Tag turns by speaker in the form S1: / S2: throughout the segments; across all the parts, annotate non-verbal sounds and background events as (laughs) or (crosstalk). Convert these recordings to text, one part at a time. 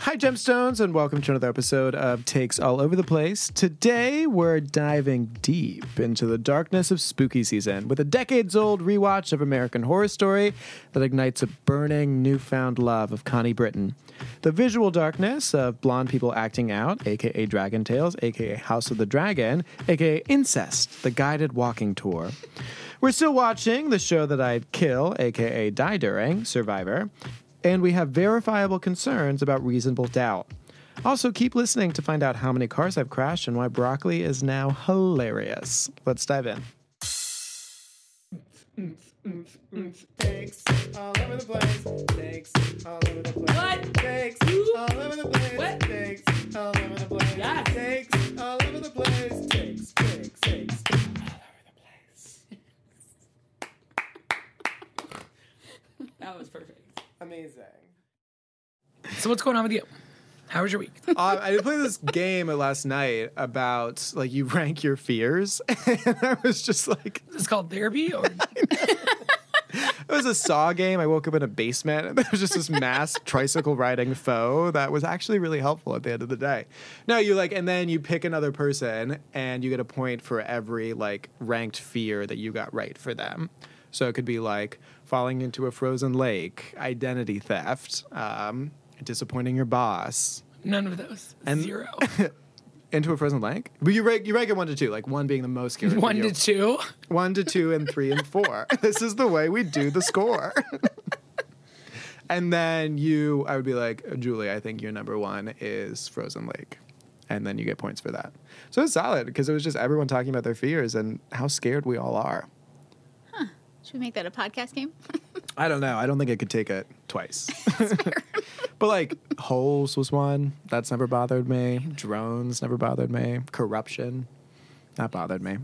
S1: Hi, Gemstones, and welcome to another episode of Takes All Over the Place. Today, we're diving deep into the darkness of spooky season with a decades old rewatch of American Horror Story that ignites a burning, newfound love of Connie Britton. The visual darkness of blonde people acting out, aka Dragon Tales, aka House of the Dragon, aka Incest, the guided walking tour. We're still watching the show that I'd kill, aka Die During, Survivor and we have verifiable concerns about reasonable doubt. Also, keep listening to find out how many cars I've crashed and why broccoli is now hilarious. Let's dive in. Takes all over the place. Takes all over the place.
S2: What?
S1: Takes all over the place.
S2: What?
S1: Takes all over the place.
S2: Yes.
S1: Takes all over the place. Takes, takes, takes.
S2: That was perfect.
S1: Amazing.
S3: So what's going on with you? How was your week?
S1: (laughs) Uh, I did play this game last night about like you (laughs) rank your fears, (laughs) and I was just like,
S3: It's called therapy,
S4: (laughs)
S3: or
S1: It was a Saw game. I woke up in a basement (laughs) and there was just this mass tricycle riding foe that was actually really helpful at the end of the day. No, you like, and then you pick another person and you get a point for every like ranked fear that you got right for them. So it could be like falling into a frozen lake, identity theft, um, disappointing your boss.
S3: none of those.
S1: And-
S4: (laughs)
S3: Zero.
S1: Into a frozen lake? But you rank you rank it one to two, like one being the most scary. for
S3: One
S1: you.
S3: to two.
S1: one to two and three and four. (laughs) This is the way we do the score. (laughs) and then you, I would be like, Julie, I think your number one is Frozen Lake. And then you get points for that. So it's solid because it was just everyone talking about their fears and how scared we all are.
S4: Should we make that a podcast game?
S1: I don't know. I don't think I could take it twice. (laughs) but like holes was one that's never bothered me. Drones never bothered me. Corruption, that bothered me.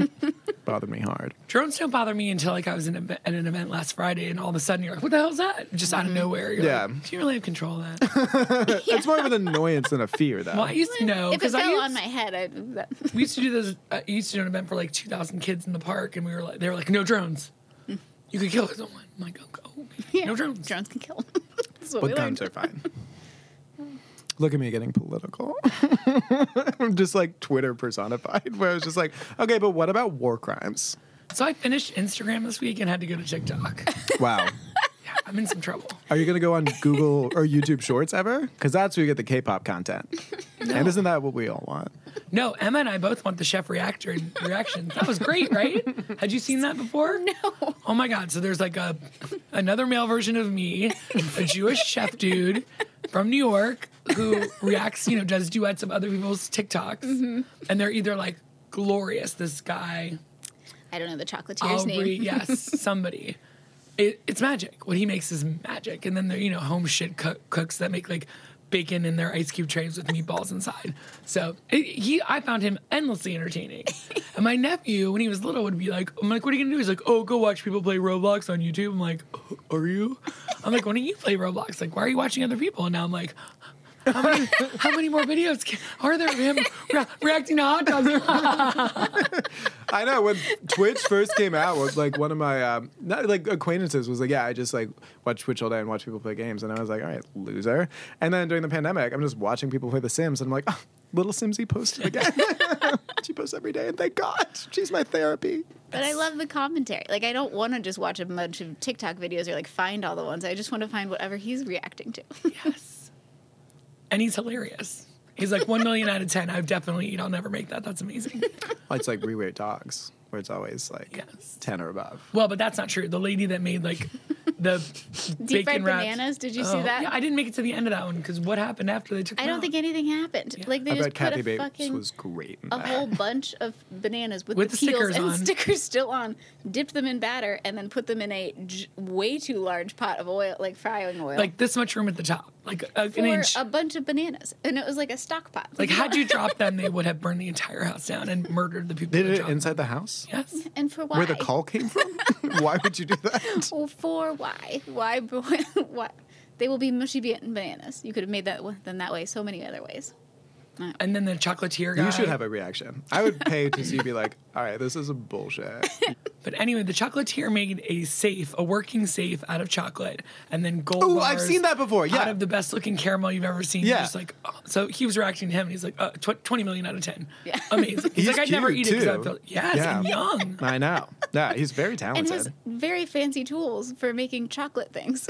S1: (laughs) bothered me hard.
S3: Drones don't bother me until like I was in a, at an event last Friday, and all of a sudden you're like, "What the hell's that?" Just
S4: Mm-hmm.
S3: out of nowhere. You're
S1: Yeah.
S3: Like, Do you really have control of that?
S1: It's more of an annoyance than a fear, though.
S3: Well, I
S4: (laughs)
S3: used to know
S4: if it
S3: because I
S4: fell
S3: used,
S4: on my head, I'd. That, (laughs)
S3: we used to do those. I used to do an event for like two thousand kids in the park, and we were like, they were like, "No drones.
S4: Mm.
S3: You could kill someone." I'm like, "Oh, oh, okay.
S4: yeah,
S3: no drones."
S4: Drones can kill. (laughs) That's what
S1: But
S4: we learned.
S1: guns are fine. (laughs) Look at me getting political. (laughs) I'm just like Twitter personified, where I was just like, okay, but what about war crimes?
S3: So I finished Instagram this week and had to go to
S4: (laughs)
S3: TikTok.
S1: Wow.
S3: yeah, I'm in some trouble.
S1: Are you going to go on Google or YouTube Shorts ever? Because that's where you get the K pop content. (laughs) And isn't that what we all want?
S3: No, Emma and I both want the chef reactor reactions. That was great, right? Had you seen that before? No. Oh my god! So there's like a another male version of me, a Jewish chef dude from New York who reacts, you know, does duets of other people's TikToks, and they're either like glorious, this guy,
S4: I don't know the chocolatier's
S3: Aubrey,
S4: name.
S3: yes, somebody. It, it's magic. What he makes is magic, and then they're you know home shit cook, cooks that make like bacon in their ice cube trays with meatballs inside. So it, he, I found him endlessly entertaining. and my nephew, when he was little, would be like, "I'm like, what are you gonna do?" He's like, "Oh, go watch people play Roblox on YouTube." I'm like, "Oh, "Are you?" I'm like, "When do you play Roblox? Like, why are you watching other people?" And now I'm like. How many, how many more videos can, are there of him re- reacting to hot dogs?
S1: I know when Twitch first came out, was like one of my um, not like acquaintances was like, yeah, I just like watch Twitch all day and watch people play games, and I was like, all right, loser. And then during the pandemic, I'm just watching people play The Sims, and I'm like, oh, little Simsy posted again. (laughs) she posts every day, and thank God, she's my therapy.
S4: But I love the commentary. Like, I don't want to just watch a bunch of TikTok videos or like find all the ones. I just want to find whatever he's reacting to. (laughs)
S3: Yes. And he's hilarious. He's like one million out of ten. I've definitely eat. I'll never make that. That's amazing.
S1: It's like reweight dogs, where it's always like
S3: Yes.
S1: ten or above.
S3: Well, but that's not true. The lady that made like the
S4: (laughs)
S3: bacon
S4: Deep fried
S3: wrapped-
S4: bananas. Did you
S3: Oh,
S4: see that?
S3: Yeah, I didn't make it to the end of that one because what happened after they took?
S4: I
S3: them
S4: don't
S3: out?
S4: think anything happened. Like they
S1: I
S4: just
S1: bet
S4: put
S1: Kathy
S4: a
S1: Bates
S4: fucking
S1: was great. In
S4: a
S1: that.
S4: whole bunch of bananas with,
S3: With
S4: the
S3: the
S4: peels
S3: stickers
S4: and
S3: on.
S4: (laughs) stickers still on, dipped them in batter, and then put them in a j- way too large pot of oil, like frying oil,
S3: like this much room at the top, like a-
S4: for
S3: an inch.
S4: a bunch of bananas, and it was like a stock pot.
S3: like had you dropped them,
S4: (laughs)
S3: they would have burned the entire house down and murdered the people.
S1: They
S3: that
S1: did it
S3: dropped
S1: inside the house,
S3: them. Yes.
S4: and for why?
S1: where the call came from. (laughs) Why would you do
S4: (laughs)
S1: that?
S4: Well, for Oh, why? Why? (laughs) bo- why? They will be mushy ban- bananas. You could have made that wa- then that way. So many other ways.
S3: and then the chocolatier guy.
S1: You should have a reaction. I would pay to see you be like, (laughs) all right, this is a bullshit.
S3: (laughs) But anyway, the chocolatier made a safe, a working safe out of chocolate, and then gold.
S1: Ooh, I've
S3: bars
S1: seen that before, yeah.
S3: out of the best looking caramel you've ever seen.
S1: Yeah.
S3: just like oh. so he was reacting to him, and he's like, uh, tw- twenty million out of ten. Yeah, (laughs) amazing. He's,
S1: He's
S3: like, I'd never
S1: cute,
S3: eat it because
S1: too.
S3: I feel yes,
S1: Yeah.
S3: and young.
S1: (laughs) I know. Yeah, he's very
S4: and
S1: talented.
S4: has
S1: And,
S4: very fancy tools for making chocolate things.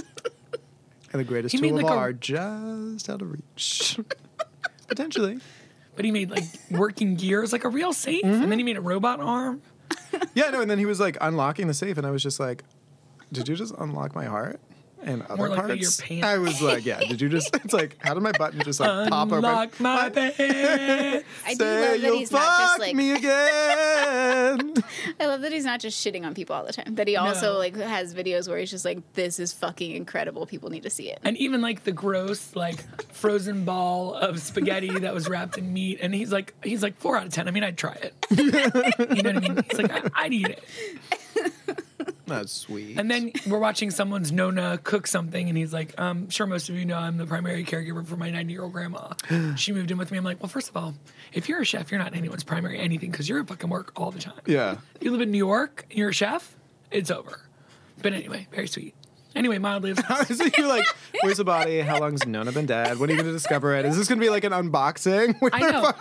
S4: (laughs)
S1: the greatest
S3: He
S1: tool
S3: made,
S1: of
S3: like,
S1: all
S3: a-
S1: are just out of reach. (laughs) Potentially.
S3: But he made like working gears, like a real safe,
S1: Mm-hmm.
S3: and then he made a robot arm.
S1: Yeah, no, and then he was like unlocking the safe, and I was just like, did you just unlock my heart? And other
S3: More like your
S1: parts,
S3: pants.
S1: I was like, "Yeah, did you
S3: (laughs)
S1: just?" It's like, how did my button just like pop open?
S3: Unlock my
S1: I- (laughs)
S3: bed.
S4: I
S1: Say
S4: do love that
S1: you'll
S4: he's
S1: fuck
S4: not just like (laughs)
S1: me again.
S4: I love that he's not just shitting on people all the time. That he also
S3: No.
S4: like has videos where he's just like, "This is fucking incredible. People need to see it."
S3: and even like the gross like frozen ball of spaghetti that was wrapped in meat and he's like he's like four out of ten i mean i'd try it (laughs) you know what i mean he's like I- i'd eat it
S1: That's sweet.
S3: and then we're watching someone's nona cook something and he's like um sure most of you know i'm the primary caregiver for my 90 year old grandma she moved in with me i'm like well first of all if you're a chef you're not anyone's primary anything because you're at fucking work all the time
S1: yeah,
S3: you live in new york and you're a chef it's over but anyway very sweet anyway mildly
S1: (laughs)
S3: obsessed.
S1: so you're like, where's the body? How long's Nona been dead? When are you gonna discover it? Is this gonna be like an unboxing? (laughs) Where
S3: I
S1: they're
S3: know.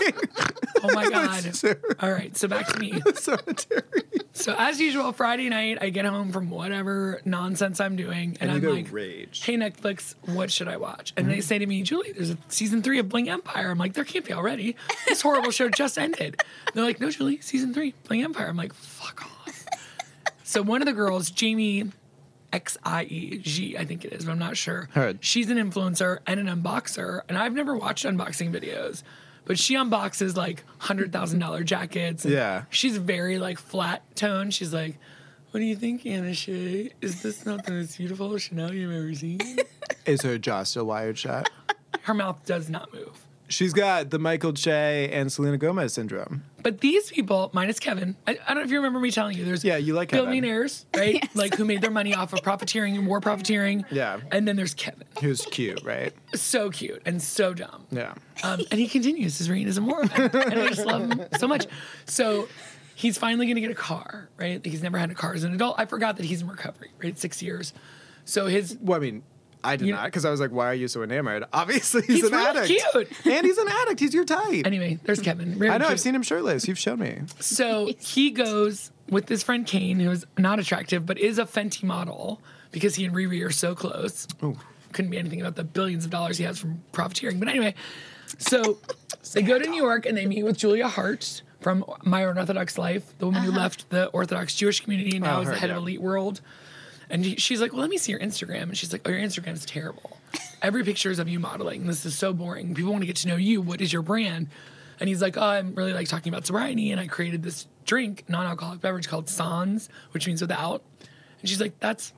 S3: Oh my
S1: (laughs)
S3: god!
S1: Cemetery.
S3: All right, so back to me.
S1: cemetery.
S3: So as usual, Friday night I get home from whatever nonsense I'm doing, and,
S1: you
S3: I'm
S1: go
S3: like,
S1: rage. Mm-hmm.
S3: "Hey Netflix, what should I watch?" And they say to me, "Julie, there's a season three of Bling Empire." I'm like, "There can't be already. This horrible show just ended." They're like, "No, Julie, season three, Bling Empire." I'm like, "Fuck off." so one of the girls, Jamie. X I E G, I think it is, but I'm not sure.
S1: Heard.
S3: She's an influencer and an unboxer, and I've never watched unboxing videos, but she unboxes like hundred thousand dollar jackets. and
S1: Yeah.
S3: she's very like flat tone. She's like, "What do you think, Anna Shea? Is this not the most beautiful Chanel you've
S1: (laughs)
S3: ever seen?"
S1: Is her jaw still wired shut?
S3: Her mouth does not move.
S1: She's got the Michael Che and Selena Gomez syndrome.
S3: But these people, minus Kevin, I, I don't know if you remember me telling you, there's
S1: Yeah, you like Kevin. (laughs)
S3: billionaires, right? Like who made their money off of profiteering and war profiteering.
S1: Yeah.
S3: and then there's Kevin,
S1: Who's cute, right?
S3: so cute and so dumb.
S1: Yeah.
S3: Um, and he continues his reign as a Mormon. (laughs) and I just love him so much. So he's finally going to get a car, right? He's never had a car as an adult. I forgot that he's in recovery, right? Six years. So his,
S1: Well, I mean, I did
S3: You-
S1: not because I was like, why are you so enamored? (laughs) Obviously, he's, an
S3: He's really
S1: addict.
S3: cute.
S1: And he's an addict. He's your type.
S3: anyway, there's Kevin.
S1: I know. I've seen him shirtless. You've shown me.
S3: So he goes with his friend Kane, who is not attractive, but is a Fenty model because he and Riri are so close. Couldn't be anything about the billions of dollars he has from profiteering. But anyway, so they go to New York and they meet with Julia Hart from My Unorthodox Life, the woman who left the Orthodox Jewish community and now
S1: Oh,
S3: is the
S1: her,
S3: head
S1: yeah.
S3: of Elite World. And he- she's like, Well, let me see your Instagram. And she's like, Oh, your Instagram's terrible. Every picture is of you modeling. This is so boring. People want to get to know you. What is your brand? And he's like, Oh, I'm really like talking about sobriety. And I created this drink, non alcoholic beverage called Sans, which means without. And she's like, That's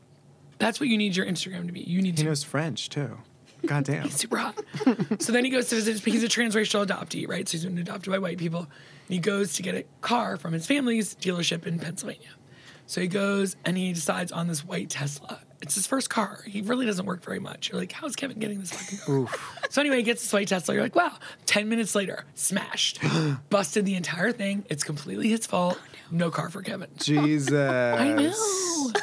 S3: that's what you need your Instagram to be. You need
S1: He
S3: to
S1: knows French, too. God damn.
S3: super hot. (laughs) so then he goes to visit. He's a transracial adoptee, right? So he's been adopted by white people. And he goes to get a car from his family's dealership in Pennsylvania. So he goes and he decides on this white Tesla. It's his first car. He really doesn't work very much. You're like, how's Kevin getting this fucking car? So anyway, he gets this white Tesla. You're like, wow. Ten minutes later, smashed,
S1: (gasps)
S3: busted the entire thing. It's completely his fault.
S1: Oh,
S3: no. car for Kevin.
S1: (laughs) Jesus.
S3: I
S1: (laughs)
S3: know.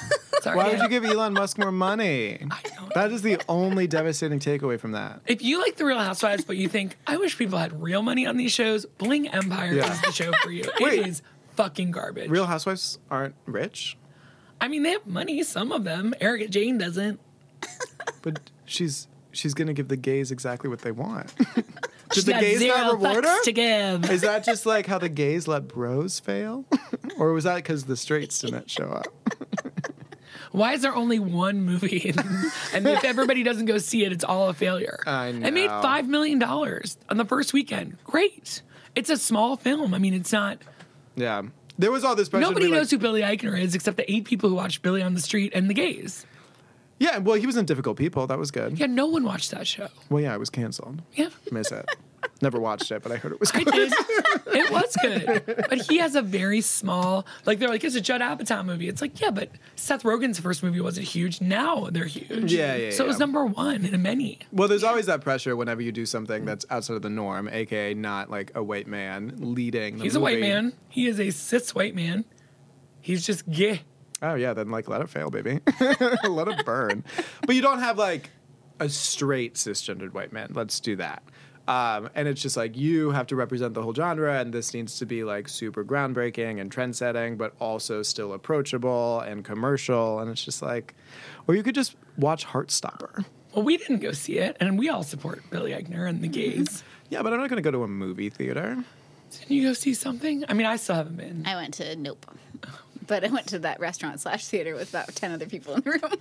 S3: Sorry.
S1: Why would you give Elon Musk more money?
S3: know.
S1: That is the only devastating takeaway from that.
S3: If you like The Real Housewives, but you think, I wish people had real money on these shows, Bling Empire
S1: Yeah.
S3: is the show for you.
S1: (laughs) Wait.
S3: It is fucking garbage.
S1: Real housewives aren't rich,
S3: I mean, they have money, some of them. Erica Jane doesn't.
S1: but she's she's gonna give the gays exactly what they
S3: (laughs)
S1: want.
S3: She's
S1: Did the
S3: got
S1: gays
S3: zero
S1: not reward
S3: fucks
S1: her?
S3: to give.
S1: Is that just like how the gays let bros fail? or was that because the straights didn't show up?
S3: Why is there only one movie? (laughs) and if everybody doesn't go see it, it's all a failure.
S1: I
S3: It made
S1: know.
S3: $5 million on the first weekend. Great. It's a small film. I mean, it's not.
S1: Yeah. There was all this pressure. to
S3: nobody
S1: be like-
S3: knows who Billy Eichner is except the eight people who watched Billy on the Street and the gays.
S1: Yeah, well, he was in Difficult People. That was good.
S3: Yeah, no one watched that show.
S1: Well, yeah, it was canceled.
S3: Yeah.
S1: Miss it. Never watched it, but I heard
S3: (laughs)
S1: it was
S3: I
S1: good.
S4: (laughs)
S3: did. it was good, but he has a very small. Like they're like it's a Judd Apatow movie. It's like yeah, but Seth Rogen's first movie wasn't huge. Now they're huge.
S1: Yeah, yeah,
S3: So it was
S1: yeah.
S3: number one in many.
S1: Well, there's always that pressure whenever you do something that's outside of the norm, aka not like a white man leading. The
S3: He's a white
S1: movie.
S3: man. He is a cis white man. He's just gay.
S1: Oh yeah, then like let it fail, baby. (laughs) let it burn. but you don't have like a straight cisgendered white man. Let's do that. Um, and it's just like you have to represent the whole genre, and this needs to be like super groundbreaking and trend setting, but also still approachable and commercial. And it's just like, or you could just watch Heartstopper.
S3: Well, we didn't go see it, and we all support Billy Eichner and the
S4: Mm-hmm.
S3: gays.
S1: Yeah, but I'm not going to go to a movie theater.
S3: Didn't you go see something? I mean, I still haven't been.
S4: I went to Nope. (laughs) But I went to that restaurant slash theater with about 10 other people in
S1: (laughs)
S4: the room.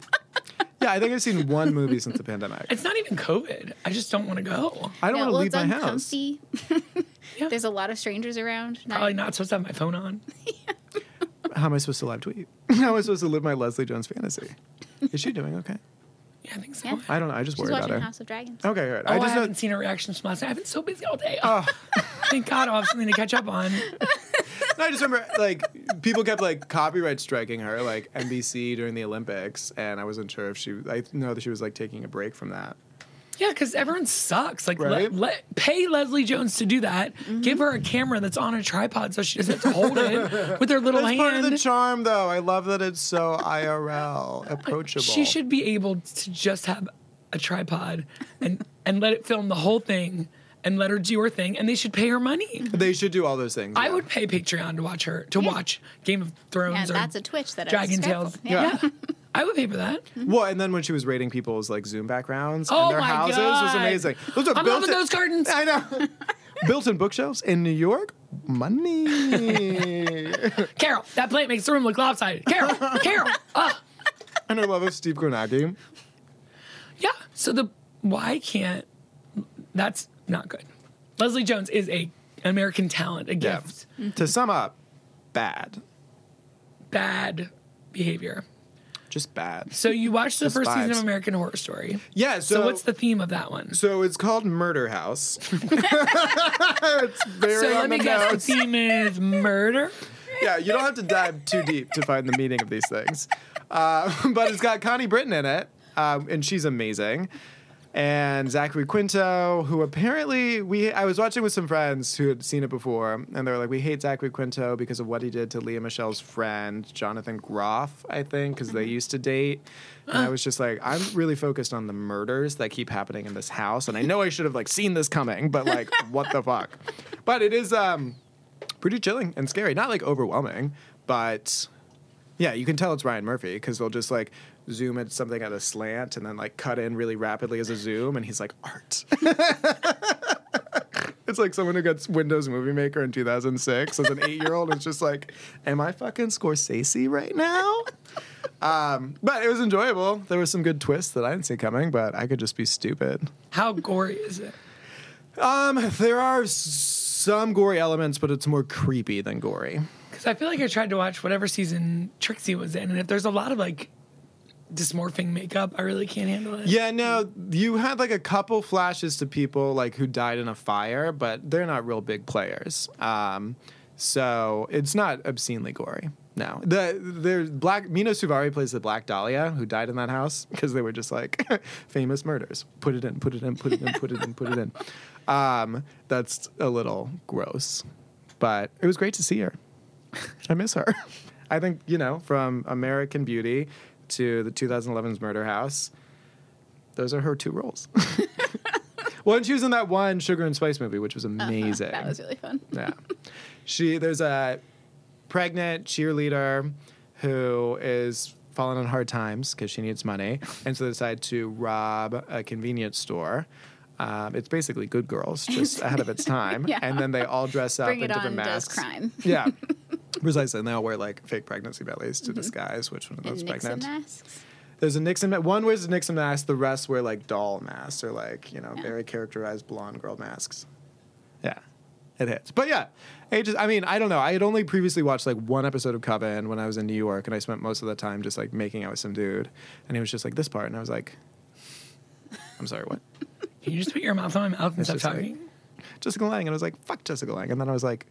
S1: Yeah, I think I've seen one movie (laughs) since the pandemic.
S3: It's not even COVID. I just don't want to go.
S1: I don't
S4: Yeah,
S1: want to
S4: well,
S1: leave
S4: it's
S1: my house.
S4: uncomfy. (laughs)
S3: Yeah.
S4: There's a lot of strangers around. Not-
S3: Probably not supposed to have my phone on.
S1: (laughs) How am I supposed to live tweet? (laughs) How am I supposed to live my Leslie Jones
S3: (laughs)
S1: fantasy? Is she doing okay?
S3: Yeah, I think so.
S4: Yeah.
S1: I don't know. I just
S4: She's
S1: worry about
S4: watching
S1: her.
S4: House of Dragons.
S1: Okay, all right.
S3: Oh, I,
S1: I just know. Oh.
S3: haven't seen a reaction from last night. I've been so busy all day. (laughs) Thank God I'll have something to catch up on.
S1: No, I just remember like
S3: (laughs)
S1: people kept like copyright striking her, like NBC during the Olympics, and I wasn't sure if she. I know that she was like taking a break from that.
S3: Yeah, because everyone sucks. Like,
S1: Right? Mm-hmm.
S3: let, let pay Leslie Jones to do that. Give her a camera that's on a tripod so she doesn't have to hold it with her little
S1: That's
S3: hand.
S1: part of the charm, though. I love that it's so IRL approachable.
S3: She should be able to just have a tripod and and let it film the whole thing and let her do her thing and they should pay her money.
S1: They should do all those things.
S3: I
S1: yeah.
S3: would pay Patreon to watch her to
S4: Yeah.
S3: watch Game of Thrones
S4: And
S3: or
S4: that's a Twitch that I
S3: Dragon
S4: was
S3: Tales.
S4: Yeah.
S1: Yeah.
S3: I would pay for that.
S1: Well, and then when she was rating people's like Zoom backgrounds
S3: Oh
S1: and their
S3: my
S1: houses was
S3: God.
S1: amazing. Those are
S3: I'm
S1: built
S3: loving those gardens.
S1: I know. (laughs) built-in bookshelves in New York.
S3: (laughs)
S1: Money.
S3: Carol, that plant makes the room look
S1: (laughs)
S3: lopsided. Carol, Carol. Uh,
S1: and I love of Steve Kornacki.
S3: yeah. So the why can't that's not good. Leslie Jones is a an American talent, a
S1: Yeah.
S3: gift.
S1: To sum up, bad.
S3: Bad behavior.
S1: Just bad.
S3: So you watched the
S1: Just
S3: first season
S1: vibes.
S3: of American Horror Story.
S1: Yeah,
S3: So,
S1: so,
S3: what's the theme of that one?
S1: So it's called Murder
S3: (laughs)
S1: House. (laughs) it's very
S3: So
S1: on
S3: let
S1: the
S3: me guess, the
S1: nose. (laughs)
S3: theme is murder.
S1: Yeah, you don't have to dive too deep to find the meaning of these things. Uh, (laughs) but it's got Connie Britton in it, um, and she's amazing. And Zachary Quinto, who apparently we I was watching with some friends who had seen it before, and they were like, "We hate Zachary Quinto because of what he did to Leah Michelle's friend Jonathan Groff, I think, because they used to date." And I was just like, "I'm really focused on the murders that keep happening in this house, and I know I should have like seen this coming, but like, what the fuck?" But it is um, pretty chilling and scary. Not like overwhelming, but yeah, you can tell it's Ryan Murphy because they'll just like zoom at something at a slant and then like cut in really rapidly as a zoom, and he's like art. (laughs) it's like someone who gets Windows Movie Maker in 2006 as an eight year old. It's just like, am I fucking Scorsese right now? Um, but it was enjoyable. There was some good twists that I didn't see coming, but I could just be stupid.
S3: How gory is it?
S1: Um, there are s- some gory elements, but it's more creepy than gory.
S3: Because I feel like I tried to watch whatever season Trixie was in, and if there's a lot of like dysmorphing makeup, I really can't handle it.
S1: Yeah, no, you had like a couple flashes to people like who died in a fire, but they're not real big players. Um, so it's not obscenely gory. No, the there's black Mina Suvari plays the Black Dahlia who died in that house because they were just like (laughs) famous murders. Put it in, put it in, put it in, put it in, put it in. (laughs) Um, that's a little gross, but it was great to see her. I miss her. (laughs) I think you know from American Beauty to the 2011's Murder House those are her two
S4: (laughs)
S1: roles. well, and she was in that one Sugar and Spice movie, which was amazing.
S4: (laughs) That was really fun.
S1: yeah. She there's a pregnant cheerleader who is falling on hard times because she needs
S4: (laughs)
S1: money, and so they decide to rob a convenience store. Um, it's basically Good Girls, just ahead of its time.
S4: (laughs) Yeah.
S1: And then they all dress up
S4: Bring
S1: in
S4: It On
S1: different
S4: does
S1: masks.
S4: crime. (laughs)
S1: Yeah, precisely. And they all wear like fake pregnancy bellies to disguise which one of those
S4: And Mm-hmm. Nixon
S1: pregnant.
S4: masks.
S1: There's a Nixon ma- One wears a Nixon mask. The rest wear like doll masks or like you know
S4: Yeah.
S1: very characterized blonde girl masks. Yeah, it hits. But yeah, it just. I mean, I don't know. I had only previously watched like one episode of Coven when I was in New York, and I spent most of the time just like making out with some dude, and he was just like this part, and I was like, I'm sorry, what?
S3: Can you just put your mouth on my mouth and
S1: It's
S3: stop
S1: just like-
S3: talking?
S1: Jessica Lang. And I was like, fuck Jessica Lang. And then I was like,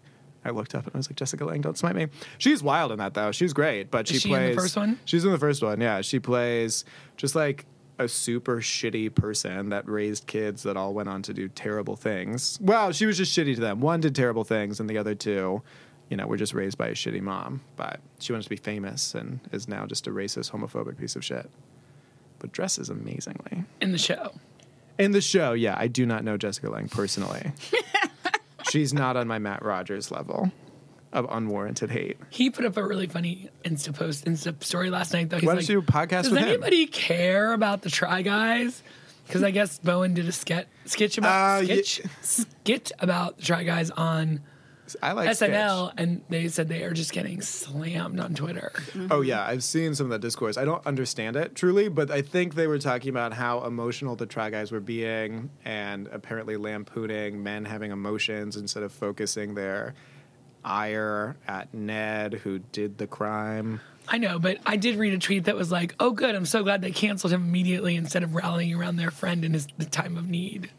S1: I looked up and I was like, Jessica Lang, don't smite me. She's wild in that though. She's great, but she
S3: Is she in the
S1: plays
S3: first one?
S1: She's in the first one. Yeah, she plays just like a super shitty person that raised kids that all went on to do terrible things. Well, she was just shitty to them. One did terrible things, and the other two, you know, were just raised by a shitty mom. But she wanted to be famous and is now just a racist, homophobic piece of shit. But dresses amazingly.
S3: in the show.
S1: In the show, yeah, I do not know Jessica Lang personally. (laughs) She's not on my Matt Rogers level of unwarranted hate.
S3: He put up a really funny Insta post, Insta story last night though. He's
S1: Why don't
S3: like,
S1: you podcast
S3: Does
S1: with him?"
S3: anybody care about the Try Guys? Because I guess Bowen did a sketch, sketch about
S1: Uh, ye-
S3: sketch, skit about the Try Guys on
S1: I like sketch.
S3: SNL, and they said they are just getting slammed on Twitter.
S1: Oh yeah, I've seen some of that discourse. I don't understand it truly, but I think they were talking about how emotional the try guys were being, and apparently lampooning men having emotions instead of focusing their ire at Ned, who did the crime.
S3: I know, but I did read a tweet that was like, "Oh, good, I'm so glad they canceled him immediately instead of rallying around their friend in his the time of need."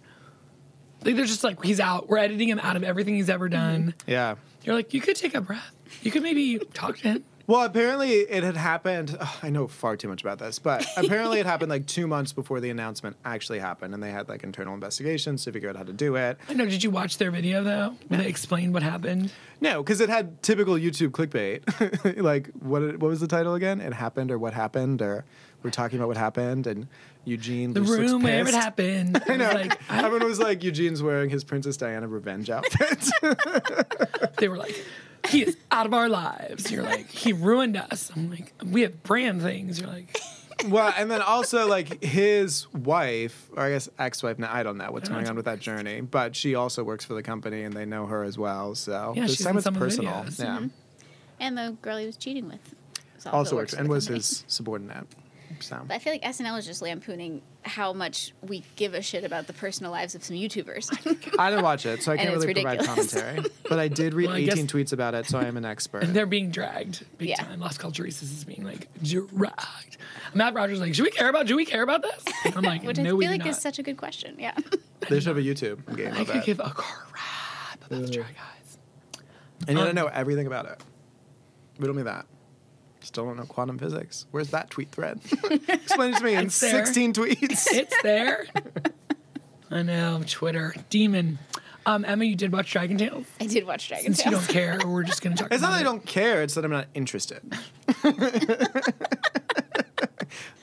S3: Like they're just like, "He's out. We're editing him out of everything he's ever done."
S1: Yeah.
S3: You're like, "You could take a breath. You could maybe talk to him."
S1: Well, apparently it had happened. ugh, I know far too much about this,
S3: (laughs)
S1: but apparently it happened like two months before the announcement actually happened, and they had like internal investigations to figure out how to do it.
S3: I know. Did you watch their video though? Where they explained what happened.
S1: No, because it had typical YouTube clickbait. (laughs) like what? What was the title again? It happened or what happened or we're talking about what happened and Eugene.
S3: The
S1: just looks
S3: room where it
S1: pissed.
S3: happened. I know. Like, I,
S1: (laughs) Everyone was like, Eugene's wearing his Princess Diana revenge outfit.
S3: they were like, "He is out of our lives." You're like, "He ruined us." I'm like, "We have brand things." You're like,
S1: well, and then also like his wife, or I guess ex-wife. Now I don't know
S3: Oh,
S1: what's going on with that journey, but she also works for the company and they know her as well. So
S3: Yeah,
S1: this
S3: she's
S1: time
S3: in
S1: it's
S3: some of the
S1: personal.
S3: videos.
S1: Yeah,
S4: Mm-hmm. And the girl he was cheating with was
S1: also works,
S4: for
S1: and
S4: the
S1: was
S4: company.
S1: his subordinate. So
S4: But I feel like SNL is just lampooning how much we give a shit about the personal lives of some (laughs) YouTubers.
S1: I didn't watch it, so I
S4: (laughs) And
S1: can't
S4: it's
S1: really provide
S4: ridiculous.
S1: commentary. But I did read
S3: Well, I
S1: 18
S3: guess-
S1: tweets about it, so I am
S3: (laughs)
S1: an expert.
S3: they're being dragged big
S4: Yeah.
S3: time. Lost Culturistas is being like dragged. Matt Rogers is like, "Should we care about? Do we care about this?" And I'm
S4: (laughs)
S3: like,
S4: Which
S3: "No,
S4: I
S3: we
S4: feel
S3: do
S4: like
S3: not."
S4: is such a good question. Yeah. (laughs)
S1: They should have a YouTube game
S3: I
S1: of
S3: could
S1: it.
S3: give a crap about the Try
S4: (laughs)
S3: Guys.
S1: and you don't know everything about it. Riddle me that. Still don't know quantum physics. Where's that tweet
S4: (laughs)
S1: thread? Explain it to me in
S3: It's there.
S1: 16
S3: (laughs)
S1: tweets.
S3: It's there. I know Twitter demon. Um, Emma, you did watch Dragon Tales.
S4: I did watch Dragon
S3: Since you
S4: Tales.
S3: don't care, we're just
S4: (laughs)
S3: gonna talk.
S1: It's not
S3: about
S1: that I
S3: it.
S1: don't care, it's that I'm not
S3: (laughs)
S1: interested.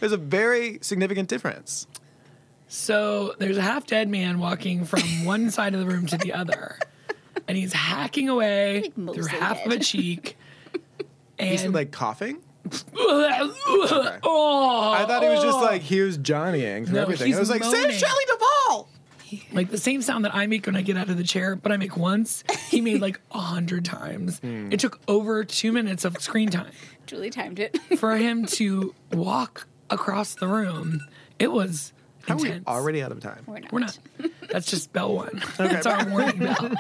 S1: There's a very significant difference.
S3: So there's a half dead man walking from (laughs) one side of the room to the other, and he's hacking away
S4: Like, mostly
S3: through half of a
S4: dead. (laughs)
S3: cheek.
S1: He's
S3: And (laughs)
S1: like coughing.
S3: oh,
S1: I thought he was just like, here's Johnnying through
S3: No,
S1: everything.
S3: he's
S1: I was like,
S3: moaning.
S1: save Shelley Duvall!
S3: like the same sound that I make when I get out of the chair, but I make once. He made
S4: (laughs)
S3: like a hundred times.
S1: Hmm.
S3: It took over two minutes of screen time
S4: Julie timed it.
S3: for him to walk across the room. It was
S1: How are we
S3: intense.
S1: already out of time?
S4: We're
S3: (laughs)
S4: not.
S3: We're not. That's just bell
S4: (laughs)
S3: one. That's our warning bell.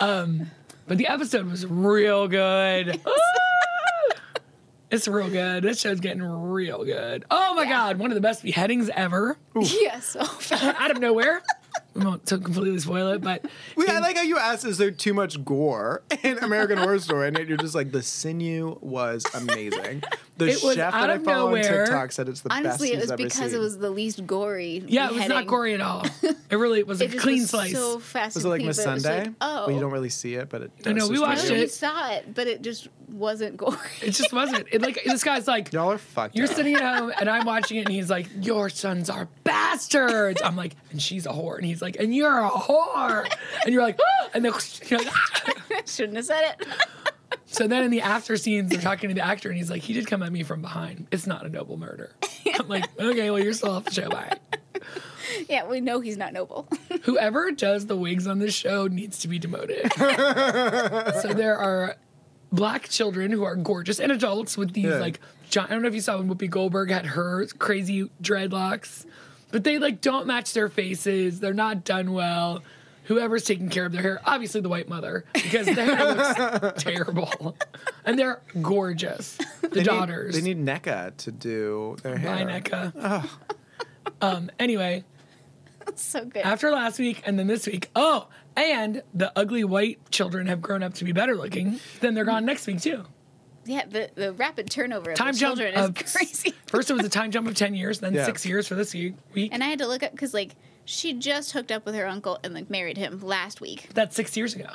S3: um, but the episode was real good. it's real good. This show's getting real good. Oh my god, one of the best beheadings ever
S4: (laughs) Yeah, so
S3: out of nowhere. We won't to completely spoil it, but
S1: We, I like how you asked, is there too much gore in American Horror Story? And you're just like, the sinew was amazing. The
S3: It was
S1: chef
S3: out
S1: that I
S3: of
S1: follow
S3: nowhere.
S1: on TikTok said it's the
S4: honestly,
S1: best
S4: it
S1: he's
S4: was
S1: ever
S4: because
S1: seen.
S4: it was the least gory.
S3: yeah, it was not
S4: beheading.
S3: gory at all. It really was a
S4: (laughs) It just
S3: clean
S4: was
S3: slice.
S4: So fast.
S1: Was it
S4: and
S1: like
S4: clean,
S1: Miss
S4: but it was
S1: Sunday?
S4: like, oh,
S1: Well, you don't really see it, but it.
S3: I know,
S1: does
S3: we
S1: just
S3: watched
S1: for you.
S4: we
S3: it.
S4: saw it, but it just wasn't gory. (laughs)
S3: it just wasn't. It like this guy's like
S1: Y'all are fucked.
S3: You're
S1: up.
S3: sitting at home and I'm watching it and he's like, Your sons are bastards. I'm like, and she's a whore. And he's like, and you're a whore. And you're like, "Ah," and then (laughs) you're like, "Ah."
S4: Shouldn't have said it.
S3: so then in the after scenes, they're talking to the actor and he's like, He did come at me from behind. It's not a noble murder. I'm like, okay, well, you're still off the show. Bye.
S4: Yeah, we know he's not noble. (laughs)
S3: Whoever does the wigs on this show needs to
S1: (laughs)
S3: be demoted. so there are black children who are gorgeous and adults with these
S1: Yeah.
S3: like giant. I don't know if you saw when Whoopi Goldberg had her crazy dreadlocks, but they like don't match their faces. They're not done well. Whoever's taking care of their hair, obviously the white mother, because their hair
S1: (laughs)
S3: looks terrible, and they're gorgeous. The
S1: They need-
S3: daughters, E
S1: They need E NECA to do their hair.
S3: Bye, NECA. Um, anyway,
S4: so good.
S3: after last week and then this week. Oh, and the ugly white children have grown up to be better looking. Then they're gone next week too.
S4: yeah, the, the rapid turnover of
S3: Time
S4: the
S3: jump
S4: children
S3: of
S4: is (laughs) crazy.
S3: (laughs) First it was a time jump of ten years, then
S1: Yeah.
S3: six years for this ye- week.
S4: And I had to look up because like she just hooked up with her uncle and like married him last week.
S3: That's six years ago.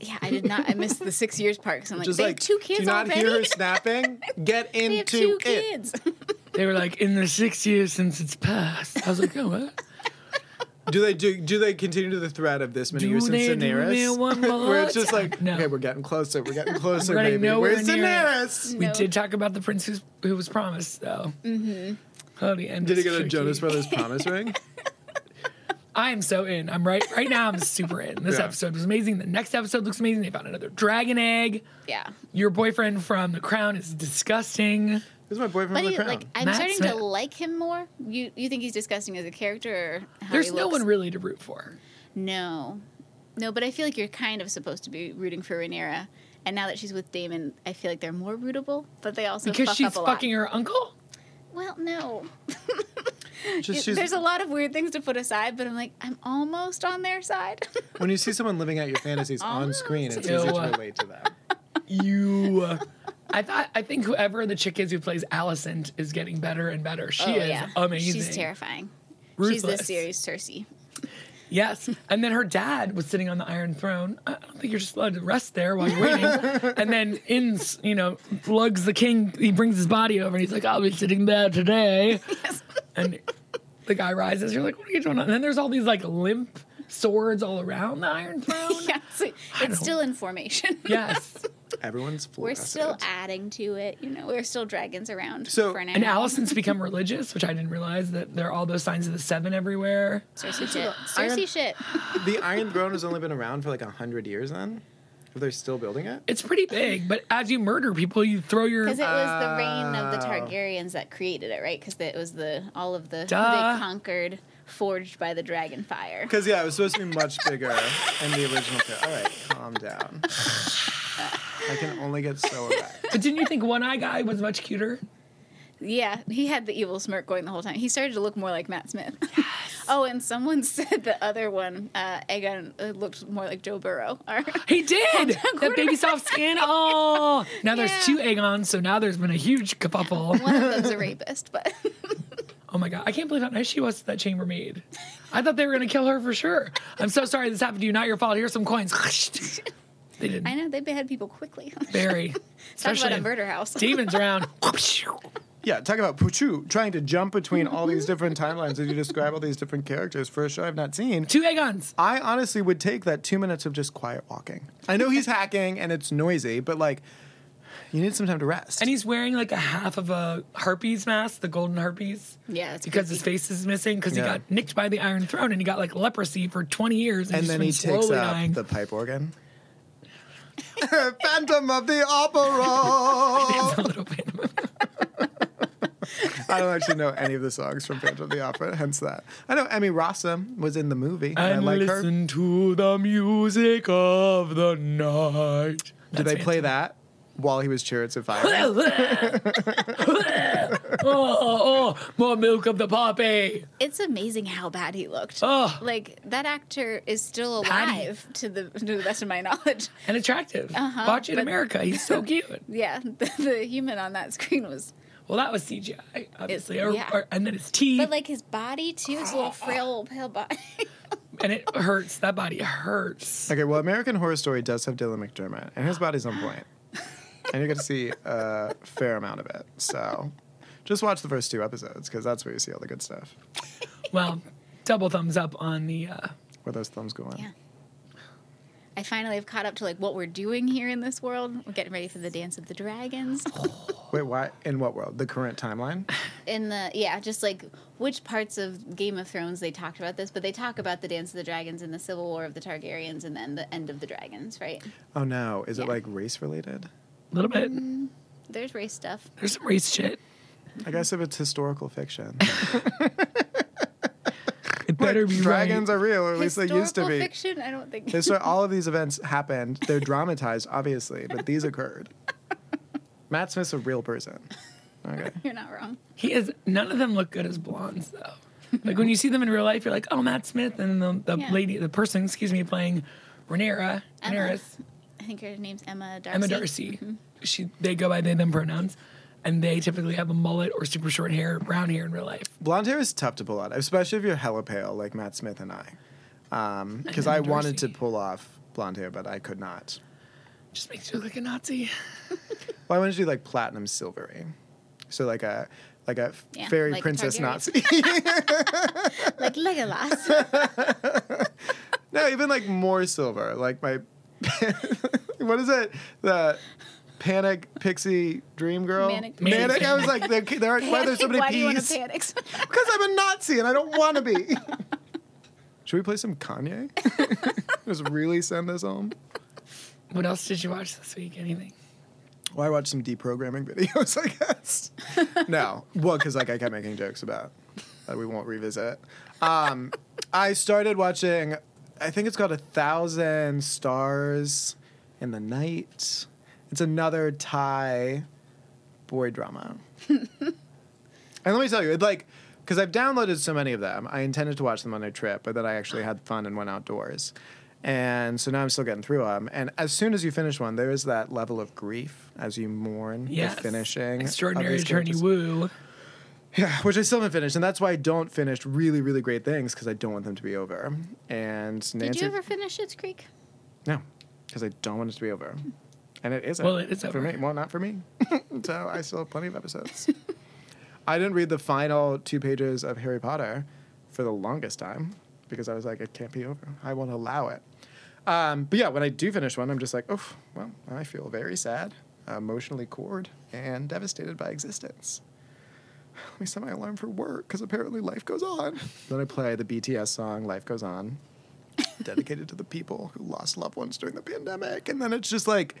S4: Yeah, I did not. I missed the six years part because I'm like,
S1: Just
S4: they
S1: like,
S4: have two
S1: do
S4: kids
S1: you not
S3: (laughs)
S4: already. (laughs)
S1: hear her snapping? Get into
S4: they have two
S1: it.
S4: kids. (laughs)
S3: They were like, in the six years since it's passed. I was like, oh
S4: (laughs)
S3: what?
S1: Do they do? Do they continue the thread of this many
S3: Do
S1: years since
S3: they do me
S1: Daenerys? (laughs)
S3: one more
S1: Where it's just
S3: time?
S1: like,
S3: No.
S1: okay, we're getting closer. We're
S3: (laughs)
S1: getting closer,
S3: running
S1: baby.
S3: nowhere
S1: Where's
S3: near it.
S1: Daenerys?
S3: We
S4: No.
S3: did talk about the prince who's, who was promised, though. Mm-hmm. and
S1: Did he
S3: it's
S1: get a
S3: tricky.
S1: Jonas Brothers
S3: (laughs)
S1: promise ring?
S3: I am so in. I'm right right now. I'm super in.
S1: (laughs)
S3: This
S1: Yeah.
S3: episode was amazing. The next episode looks amazing. They found another dragon egg.
S4: yeah.
S3: Your boyfriend from The Crown is disgusting.
S1: Who's my boyfriend
S4: But
S1: from the
S4: he,
S1: crown?
S4: like, I'm
S3: Matt
S4: starting
S3: Smith.
S4: to like him more. You you think he's disgusting as a character? Or how
S3: There's
S4: he
S3: no
S4: looks?
S3: one really to root for.
S4: No, no. But I feel like you're kind of supposed to be rooting for Rhaenyra, and now that she's with Damon, I feel like they're more rootable. But they also
S3: Because
S4: fuck
S3: she's
S4: up a lot.
S3: fucking her uncle?
S4: Well, no.
S1: Just- she's-
S4: There's a lot of weird things to put aside, but I'm like, I'm almost on their side. (laughs)
S1: when you see someone living out your fantasies
S4: Ah,
S1: on screen, it's
S3: Ew.
S1: easy to relate to them.
S3: You. I thought I think whoever the chick is who plays Allison is getting better and better. She
S4: oh
S3: is
S4: yeah,
S3: amazing.
S4: She's terrifying. She's the
S3: Ruthless.
S4: series Cersei.
S3: (laughs) Yes. And then her dad was sitting on the Iron Throne. I don't think you're just allowed to rest there while you're waiting. and then in, you know, lugs the king. He brings his body over and he's like, I'll be sitting there today. And the guy rises. You're like, what are you doing? And then there's all these like limp swords all around the Iron Throne.
S4: (laughs) yeah, Oh, it's, like- it's still in formation.
S3: yes.
S1: Everyone's
S4: (laughs) We're
S1: fluorescent.
S4: still adding to it, you know. We're still dragons around.
S1: So-
S4: for now.
S3: And Allison's become religious, which I didn't realize that there are all those signs of the seven everywhere.
S4: Cersei shit.
S1: Iron-
S4: Cersei shit.
S1: the Iron Throne has only been around for like a hundred years. Then, if they're still building it,
S3: It's pretty big, but as you murder people, you throw
S4: (laughs)
S3: your.
S4: Because it was the reign of the
S1: Oh.
S4: Targaryens that created it, right? Because it was the all of the who
S3: Duh.
S4: they conquered, forged by the dragon fire.
S1: because yeah, it was supposed to be much bigger in the original. Tale. All right, calm down. I can only get so erect.
S3: But didn't you think One Eye Guy was much cuter?
S4: Yeah, he had the evil smirk going the whole time. He started to look more like Matt Smith. (laughs) oh, and someone (laughs) said the other one, uh, Aegon, uh, looked more like Joe Burrow. (laughs) Our-
S3: He did. that baby soft skin. Oh, now there's two
S4: Yeah.
S3: Aegons, so now there's been a huge kerfuffle.
S4: one of them's a rapist, but (laughs)
S3: Oh my god, I can't believe how nice she was to that chambermaid. I thought they were gonna kill her for sure. I'm so sorry this happened to you. Not your fault. Here's some coins. (laughs) they didn't.
S4: I know they behead people quickly. (laughs)
S3: Very.
S4: Talk
S3: Especially
S4: about a
S3: if
S4: murder house.
S3: Demons around.
S1: Yeah, talk about Puchu trying to jump between all these different timelines as you describe all these different characters for a show I've not seen.
S3: two Aegons.
S1: I honestly would take that two minutes of just quiet walking. I know he's hacking and it's noisy, but like, you need some time to rest.
S3: And he's wearing like a half of a harpies mask, the golden harpies.
S4: (laughs) Yeah, it's
S3: because his
S4: creepy.
S3: face is missing because he
S1: Yeah.
S3: got nicked by the Iron Throne and he got like leprosy for 20 years. And,
S1: and
S3: he's
S1: then
S3: been
S1: he takes
S3: slowly
S1: up
S3: dying.
S1: the pipe organ. (laughs) Phantom of the Opera.
S3: (laughs) a little bit.
S1: I don't actually know any of the songs from Phantom of the Opera, hence that. I know Emmy Rossum was in the movie. And I
S3: and
S1: like her.
S3: listen to the music of the night.
S1: Did they play that while he was Chariots of Fire?
S3: (laughs) oh, oh, more milk of the poppy.
S4: It's amazing how bad he looked.
S3: Oh.
S4: Like that actor is still
S3: Patty.
S4: alive to the to the best of my (laughs) knowledge.
S3: And attractive.
S4: Uh-huh,
S3: Watch it,
S4: but-
S3: America. He's so cute. (laughs)
S4: Yeah, (laughs) the, the human on that screen was,
S3: Well, that was CGI, obviously. or,
S4: yeah.
S3: or- and then his teeth.
S4: but like his body too, his (laughs) little frail little pale body.
S3: and it hurts. That body hurts.
S1: okay, well, American Horror Story does have Dylan McDermott, and his body's on point. and you're going to see a fair amount of it. So just watch the first two episodes, because that's where you see all the good stuff.
S3: Well, double thumbs up on the. Uh,
S1: Where those thumbs go in.
S4: Yeah. I finally have caught up to like what we're doing here in this world. We're getting ready for the Dance of the Dragons.
S1: Wait, why? In what world? The current timeline?
S4: (laughs) in the yeah, just like which parts of Game of Thrones they talked about this, but they talk about the Dance of the Dragons and the Civil War of the Targaryens and then the end of the dragons, right?
S1: Oh no, is it
S4: Yeah.
S1: like race related?
S3: little bit.
S4: There's race stuff.
S3: There's some race shit.
S1: I guess if it's historical fiction.
S3: It better be
S1: Dragons
S3: right.
S1: are real, or at least they used to
S4: Historical
S1: be.
S4: fiction. I don't think.
S1: They start, all of these events happened. They're dramatized, obviously, but these occurred. Matt Smith's a real person. Okay.
S4: (laughs) You're not wrong.
S3: He is. None of them look good as blondes though. Like when you see them in real life, you're like, oh, Matt Smith, and the, the
S4: Yeah.
S3: lady, the person, excuse me, playing Renera, Reneris,
S4: I think her name's Emma Mm-hmm. Darcy.
S3: Emma Darcy. She, they go by they them pronouns, and they typically have a mullet or super short hair, brown hair in real life.
S1: Blonde hair is tough to pull out, especially if you're hella pale like Matt Smith and I. Because
S3: And
S1: I wanted to
S3: Dorsey.
S1: pull off blonde hair, but I could not.
S3: Just makes you look like a Nazi.
S1: Well, I wanted to do like platinum silvery, so like a like a
S4: Yeah,
S1: fairy
S4: like a
S1: princess
S4: Targaryen.
S1: Nazi.
S4: Like Legolas.
S1: (laughs) no, even like more silver. Like my (laughs) what is it? The panic pixie dream girl.
S4: Manic-
S1: Manic? I was like, there, there are, why are there so many
S4: Why do you want
S1: P's?
S4: to panic? (laughs) so
S1: (laughs)
S4: much?
S1: Because I'm a Nazi and I don't want to be.
S4: (laughs)
S1: Should we play some Kanye? Just really send this home.
S3: What else did you watch this week? Anything?
S1: Well, I watched some deprogramming (laughs) videos, I guess. no, well, because like I kept making jokes about that we won't revisit. Um, I started watching. I think it's called A Thousand Stars in the Night. It's another Thai boy drama. and let me tell you, it like because I've downloaded so many of them. I intended to watch them on a trip, but then I actually had fun and went outdoors. And so now I'm still getting through them. And as soon as you finish one, there is that level of grief as you mourn
S3: Yes.
S1: the finishing. of
S3: Extraordinary
S1: these
S3: Attorney
S1: characters.
S3: Woo.
S1: Yeah, which I still haven't finished, and that's why I don't finish really, really great things because I don't want them to be over. And Nancy,
S4: Did you ever finish
S1: (laughs)
S4: Schitt's Creek?
S1: no, because I don't want it to be over, and it isn't.
S3: Well, it is
S1: for
S3: over.
S1: me. Well, not for
S3: (laughs)
S1: me. so I still have plenty of episodes. I didn't read the final two pages of Harry Potter for the longest time because I was like, it can't be over. I won't allow it. Um, but yeah, when I do finish one, I'm just like, oh, well, I feel very sad, emotionally cored, and devastated by existence. Let me set my alarm for work because apparently life goes on. then I play the BTS song, Life Goes On, dedicated to the people who lost loved ones during the pandemic. And then it's just like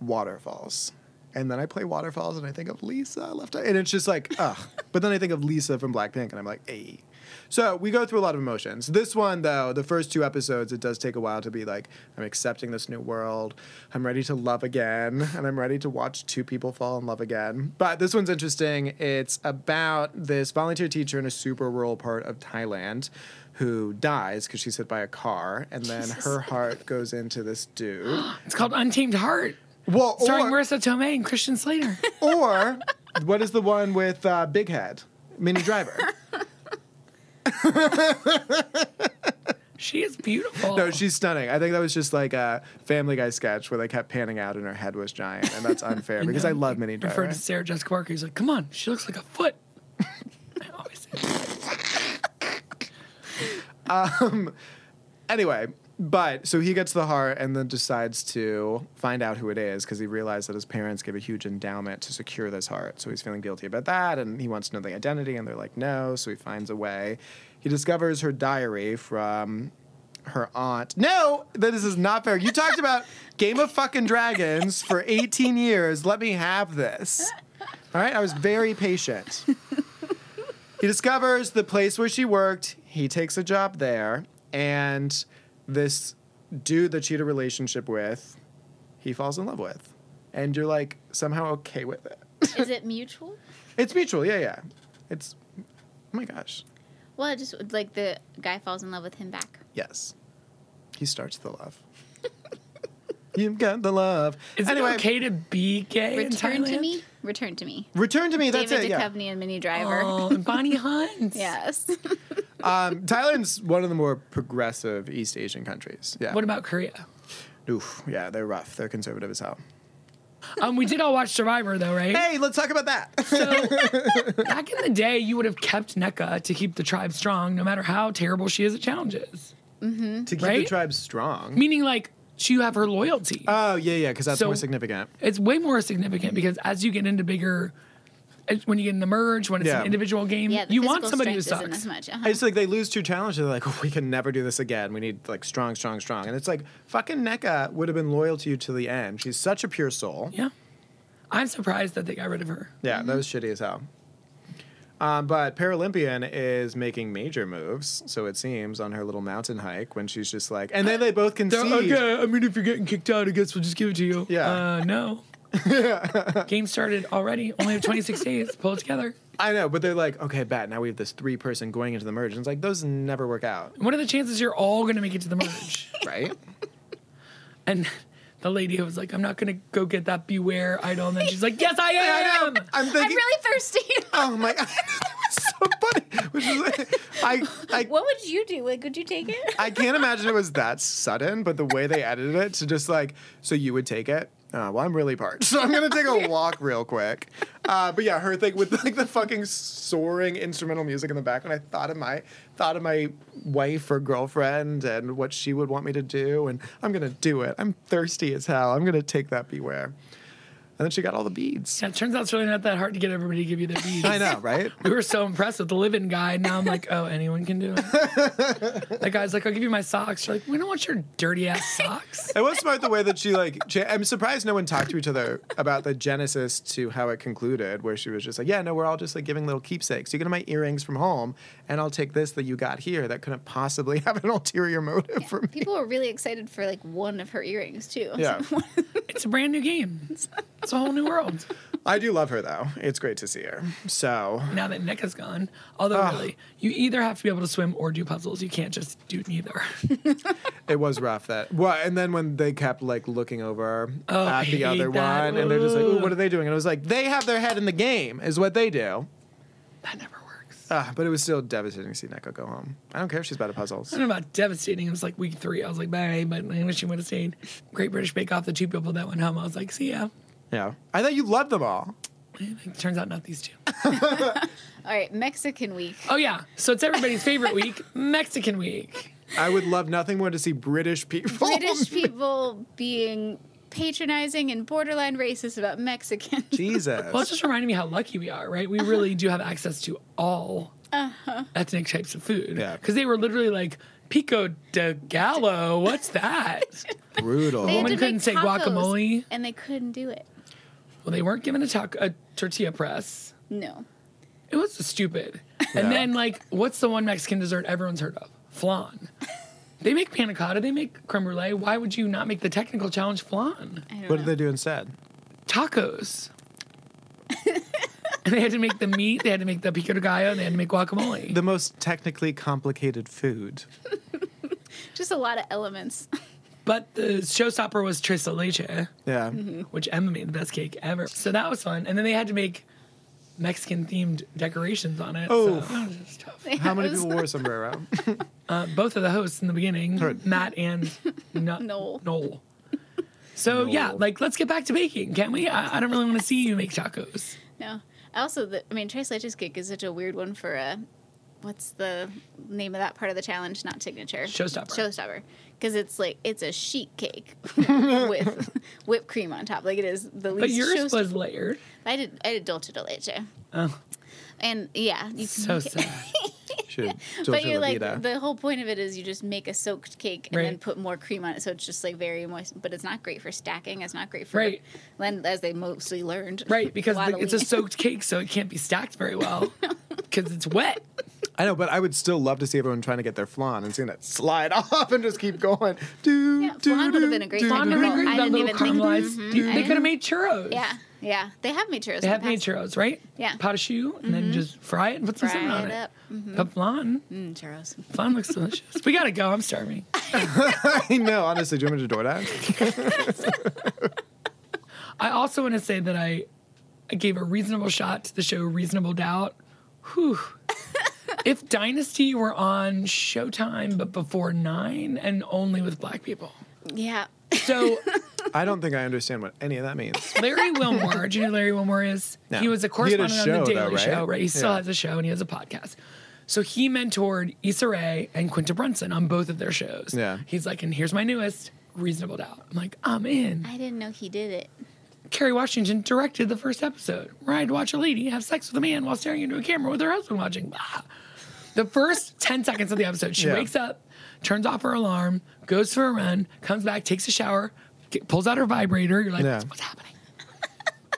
S1: waterfalls. And then I play waterfalls and I think of Lisa left eye. And it's just like, (laughs) ugh. but then I think of Lisa from Blackpink and I'm like, hey. So we go through a lot of emotions. This one, though, the first two episodes, it does take a while to be like, I'm accepting this new world. I'm ready to love again. And I'm ready to watch two people fall in love again. But this one's interesting. It's about this volunteer teacher in a super rural part of Thailand who dies because she's hit by a car. And then her heart goes into this dude.
S3: It's called Untamed Heart,
S1: Well,
S3: starring
S1: or-
S3: Marissa Tomei and Christian
S4: (laughs)
S3: Slater.
S1: or what is the one with uh, Big Head, Mini Driver?
S3: she is beautiful.
S1: No, she's stunning. I think that was just like a Family Guy sketch where they kept panning out and her head was giant, and that's unfair because (laughs) I love Mini
S3: referred
S1: Driver.
S3: to Sarah Jessica Parker. He's like, "Come on, she looks like
S1: (laughs)
S3: a foot." I always say that.
S1: Anyway, but so he gets the heart and then decides to find out who it is because he realized that his parents gave a huge endowment to secure this heart. So he's feeling guilty about that, and he wants to know the identity, and they're like, no. So he finds a way. He discovers her diary from her aunt. No, that this is not fair. You talked about Game of Fucking Dragons for 18 years. Let me have this. All right, I was very patient. He discovers the place where she worked. He takes a job there, and this dude that she had a relationship with, he falls in love with, and you're like somehow okay with it.
S4: Is it mutual?
S1: It's mutual, yeah, yeah. It's oh my gosh,
S4: Well, it just like the guy falls in love with him back.
S1: yes. He starts the
S3: (laughs)
S1: love. You've got the love.
S3: Is
S1: anyway,
S3: it okay to be gay in
S4: Return
S3: Thailand?
S4: to me. Return to me.
S1: Return to me. That's
S4: David
S1: it. Yeah.
S4: Duchovny and Minnie Driver.
S3: Oh, and Bonnie
S4: (laughs)
S3: Hunt. (laughs)
S4: Yes.
S1: Um, Thailand's one of the more progressive East Asian countries. Yeah.
S3: What about Korea?
S1: Oof. Yeah, they're rough. They're conservative as hell.
S3: Um, we did all watch Survivor though, right?
S1: Hey, let's talk about that.
S3: Back in the day, you would have kept NECA to keep the tribe strong, no matter how terrible she is at challenges.
S1: to keep the
S3: Right?
S1: tribe strong.
S3: Meaning, like, she you have her loyalty.
S1: Oh yeah, yeah, because that's
S3: So-
S1: more significant.
S3: it's way more significant because as you get into bigger, as- when you get in the merge, when it's
S1: Yeah.
S3: an individual game,
S4: Yeah. The
S3: you want
S4: physical
S3: somebody who
S4: strength isn't
S3: sucks.
S4: as much. Uh-huh.
S1: It's like they lose two challenges. They're like, "Oh, we can never do this again. We need like strong, strong, strong. And it's like fucking NECA would have been loyal to you to the end. She's such a pure soul.
S3: Yeah, I'm surprised that they got rid of her.
S1: Yeah, that was shitty as hell. Um, but Paralympian is making major moves, so it seems, on her little mountain hike when she's just like, and then they both concede.
S3: okay, I mean, if you're getting kicked out, I guess we'll just give it to you.
S1: Yeah. (laughs)
S3: Uh, no. Game started already. Only have 26 days. Pull it together.
S1: I know, but they're like, okay, bet. Now we have this three person going into the merge. And it's like, those never work out,
S3: What are the chances you're all going to make it to the merge?
S1: right?
S3: And the lady who was like, I'm not going to go get that beware idol. And then she's like, Yes, (laughs) I
S1: I
S3: am.
S1: know. I'm
S4: I'm
S1: thinking,
S4: really thirsty.
S3: (laughs)
S1: oh my God. (laughs) so funny. Which is, I, I,
S4: what would you do? Like, would you take it?
S1: I can't imagine it was that sudden, but the way they edited it to just like, so you would take it. Uh, well, I'm really parched, so I'm gonna take a walk real quick. Uh, but yeah, her thing with like the fucking soaring instrumental music in the background. I thought of my thought of my wife or girlfriend and what she would want me to do, and I'm gonna do it. I'm thirsty as hell. I'm gonna take that beware. And then she got all the beads.
S3: Yeah, it turns out it's really not that hard to get everybody to
S1: (laughs)
S3: give you their beads.
S1: I know, right?
S3: We were so impressed with the living guy. and Now I'm like, oh, anyone
S1: (laughs)
S3: can do it. the guy's like, I'll give you my socks. You're like, we don't want your dirty ass socks.
S1: It was smart the way that she like. (laughs) She, I'm surprised no one talked to each other about the genesis to how it concluded, where she was just like, "Yeah, no, we're all just like giving little keepsakes. You get my earrings from home, and I'll take this that you got here that couldn't possibly (laughs) have an ulterior motive (laughs) for
S3: (laughs)
S1: me."
S4: People were really excited for like one of her earrings too.
S1: Yeah,
S3: It's a brand new game. It's a whole new world.
S1: I do love her though. It's great to see her. So
S3: Now that Nick is gone, although
S4: Ah.
S3: really, you either have to be able to swim or do puzzles. You can't just do neither. (laughs)
S1: it was rough that. Well, and then when they kept like looking over
S3: Oh, I
S1: at the
S3: hate
S1: other
S3: that.
S1: one, and they're just like, Ooh,
S3: Ooh.
S1: "What are they doing?" And I was like, "They have their head in the game," is what they do.
S3: That never works.
S1: Ah, but it was still devastating to see Neko go home. I don't care if she's bad at puzzles.
S3: I don't know about devastating. It was like week three. I was like, bye, but I wish you would have stayed. Great British Bake Off, the two people that went home. I was like, see ya.
S1: Yeah. I thought you loved them all.
S3: It turns out not these two.
S4: (laughs) All right,
S1: (laughs)
S4: Mexican week.
S3: Oh, yeah. So it's everybody's favorite
S4: (laughs)
S3: week, Mexican week.
S1: I would love nothing more to see British people. (laughs)
S4: British people being patronizing and borderline racist about Mexicans.
S1: Jesus.
S3: Well, it's just reminding me how lucky we are, right? We
S4: Uh-huh.
S3: really do have access to all ethnic types of food.
S1: Yeah.
S3: Because they were literally like, Pico de Gallo, what's
S4: (laughs)
S3: that?
S1: Brutal.
S4: They had
S3: woman
S4: to make
S3: couldn't say
S4: tacos,
S3: guacamole.
S4: and they couldn't do it.
S3: well, they weren't given a, taco, a tortilla press.
S4: No,
S3: It was
S1: (laughs)
S3: stupid.
S1: Yeah.
S3: And then, like, what's the one Mexican dessert everyone's heard of? Flan. They make panna cotta, they make creme brulee. Why would you not make the technical challenge flan?
S4: I don't
S1: What
S4: know.
S1: did they do instead? (laughs)
S3: Tacos. and they had to make the meat, they had to make the pico de gallo, they had to make guacamole.
S1: The most technically complicated food.
S4: Just a lot of elements.
S3: but the showstopper was tres de leche.
S1: Yeah.
S4: Mm-hmm.
S3: which Emma made the best cake ever. So that was fun. And then they had to make Mexican themed decorations on it.
S1: Oh.
S3: so that was just
S4: (laughs)
S3: tough.
S1: How many
S4: It was-
S1: people wore sombrero?
S3: Uh, both of the hosts in the beginning, Matt
S4: (laughs)
S3: and no-
S4: Noel.
S3: Noel. So yeah,
S1: Noel.
S3: like let's get back to baking, can't we? I, I don't really want to see you make tacos.
S4: No. Also, the, I mean, Trace Leches cake is such a weird one for a. What's the name of that part of the challenge? Not signature.
S3: Showstopper.
S4: Showstopper. Because it's like it's a sheet cake
S3: (laughs)
S4: with whipped cream on top. Like it is the least.
S3: But yours
S4: showstopper-
S3: was
S4: (laughs)
S3: layered.
S4: I did. I did dulce de leche.
S3: Oh,
S4: And yeah, you
S3: so
S4: you
S3: sad.
S1: Should
S4: But you're like the whole point of it is you just make a soaked cake and then
S3: Right.
S4: put more cream on it, so it's just like very moist. But it's not great for stacking. It's not great for
S3: Right.
S4: Then as they mostly learned,
S3: Right,
S4: (laughs)
S3: because the, it's a
S4: waddling.
S3: soaked cake, so it can't be stacked very
S4: (laughs)
S3: well because it's wet.
S1: I know, but I would still love to see everyone trying to get their flan and seeing it slide (laughs) off and just keep going. Do,
S4: Yeah,
S1: do,
S4: flan would've
S1: do,
S4: been a great
S1: do,
S4: (laughs) thing.
S1: do,
S3: Flan would
S1: do.
S3: have been great
S4: I
S3: with that
S4: didn't
S3: little
S4: even think-
S3: caramelized. They could have made churros.
S4: Yeah, yeah. They have made churros.
S3: They
S4: in
S3: have
S4: the
S3: made
S4: past.
S3: churros, right?
S4: Yeah. Mm-hmm.
S3: Pot of shoe, and then just fry it and put some
S4: Fry
S3: cinnamon on
S4: it
S3: it.
S4: up.
S3: But flan,
S4: Mm, churros.
S3: flan looks delicious. We gotta go. I'm starving.
S1: I know, honestly. Do you want me to DoorDash?
S3: I also want to say that I, I gave a reasonable shot to the show Reasonable Doubt. Whew. if Dynasty were on Showtime, but before nine and only with black people.
S4: Yeah. (laughs)
S3: So
S1: I don't think I understand what any of that means.
S3: Larry Wilmore, do you know who Larry Wilmore is?
S1: No.
S3: He was a
S1: He had a
S3: correspondent on the
S1: show,
S3: Daily
S1: though, right?
S3: Show, right? He still
S1: Yeah.
S3: has a show and he has a podcast. So he mentored Issa Rae and Quinta Brunson on both of their shows.
S1: Yeah.
S3: He's like, and here's my newest, Reasonable Doubt. I'm like, I'm in.
S4: I didn't know he did it.
S3: Kerry Washington directed the first episode, where I'd watch a lady have sex with a man while staring into a camera with her husband watching. (laughs) Bah. The first 10 seconds of the episode, she
S1: Yeah.
S3: wakes up, turns off her alarm, goes for a run, comes back, takes a shower, get, pulls out her vibrator. You're like,
S1: Yeah.
S3: what's happening? (laughs)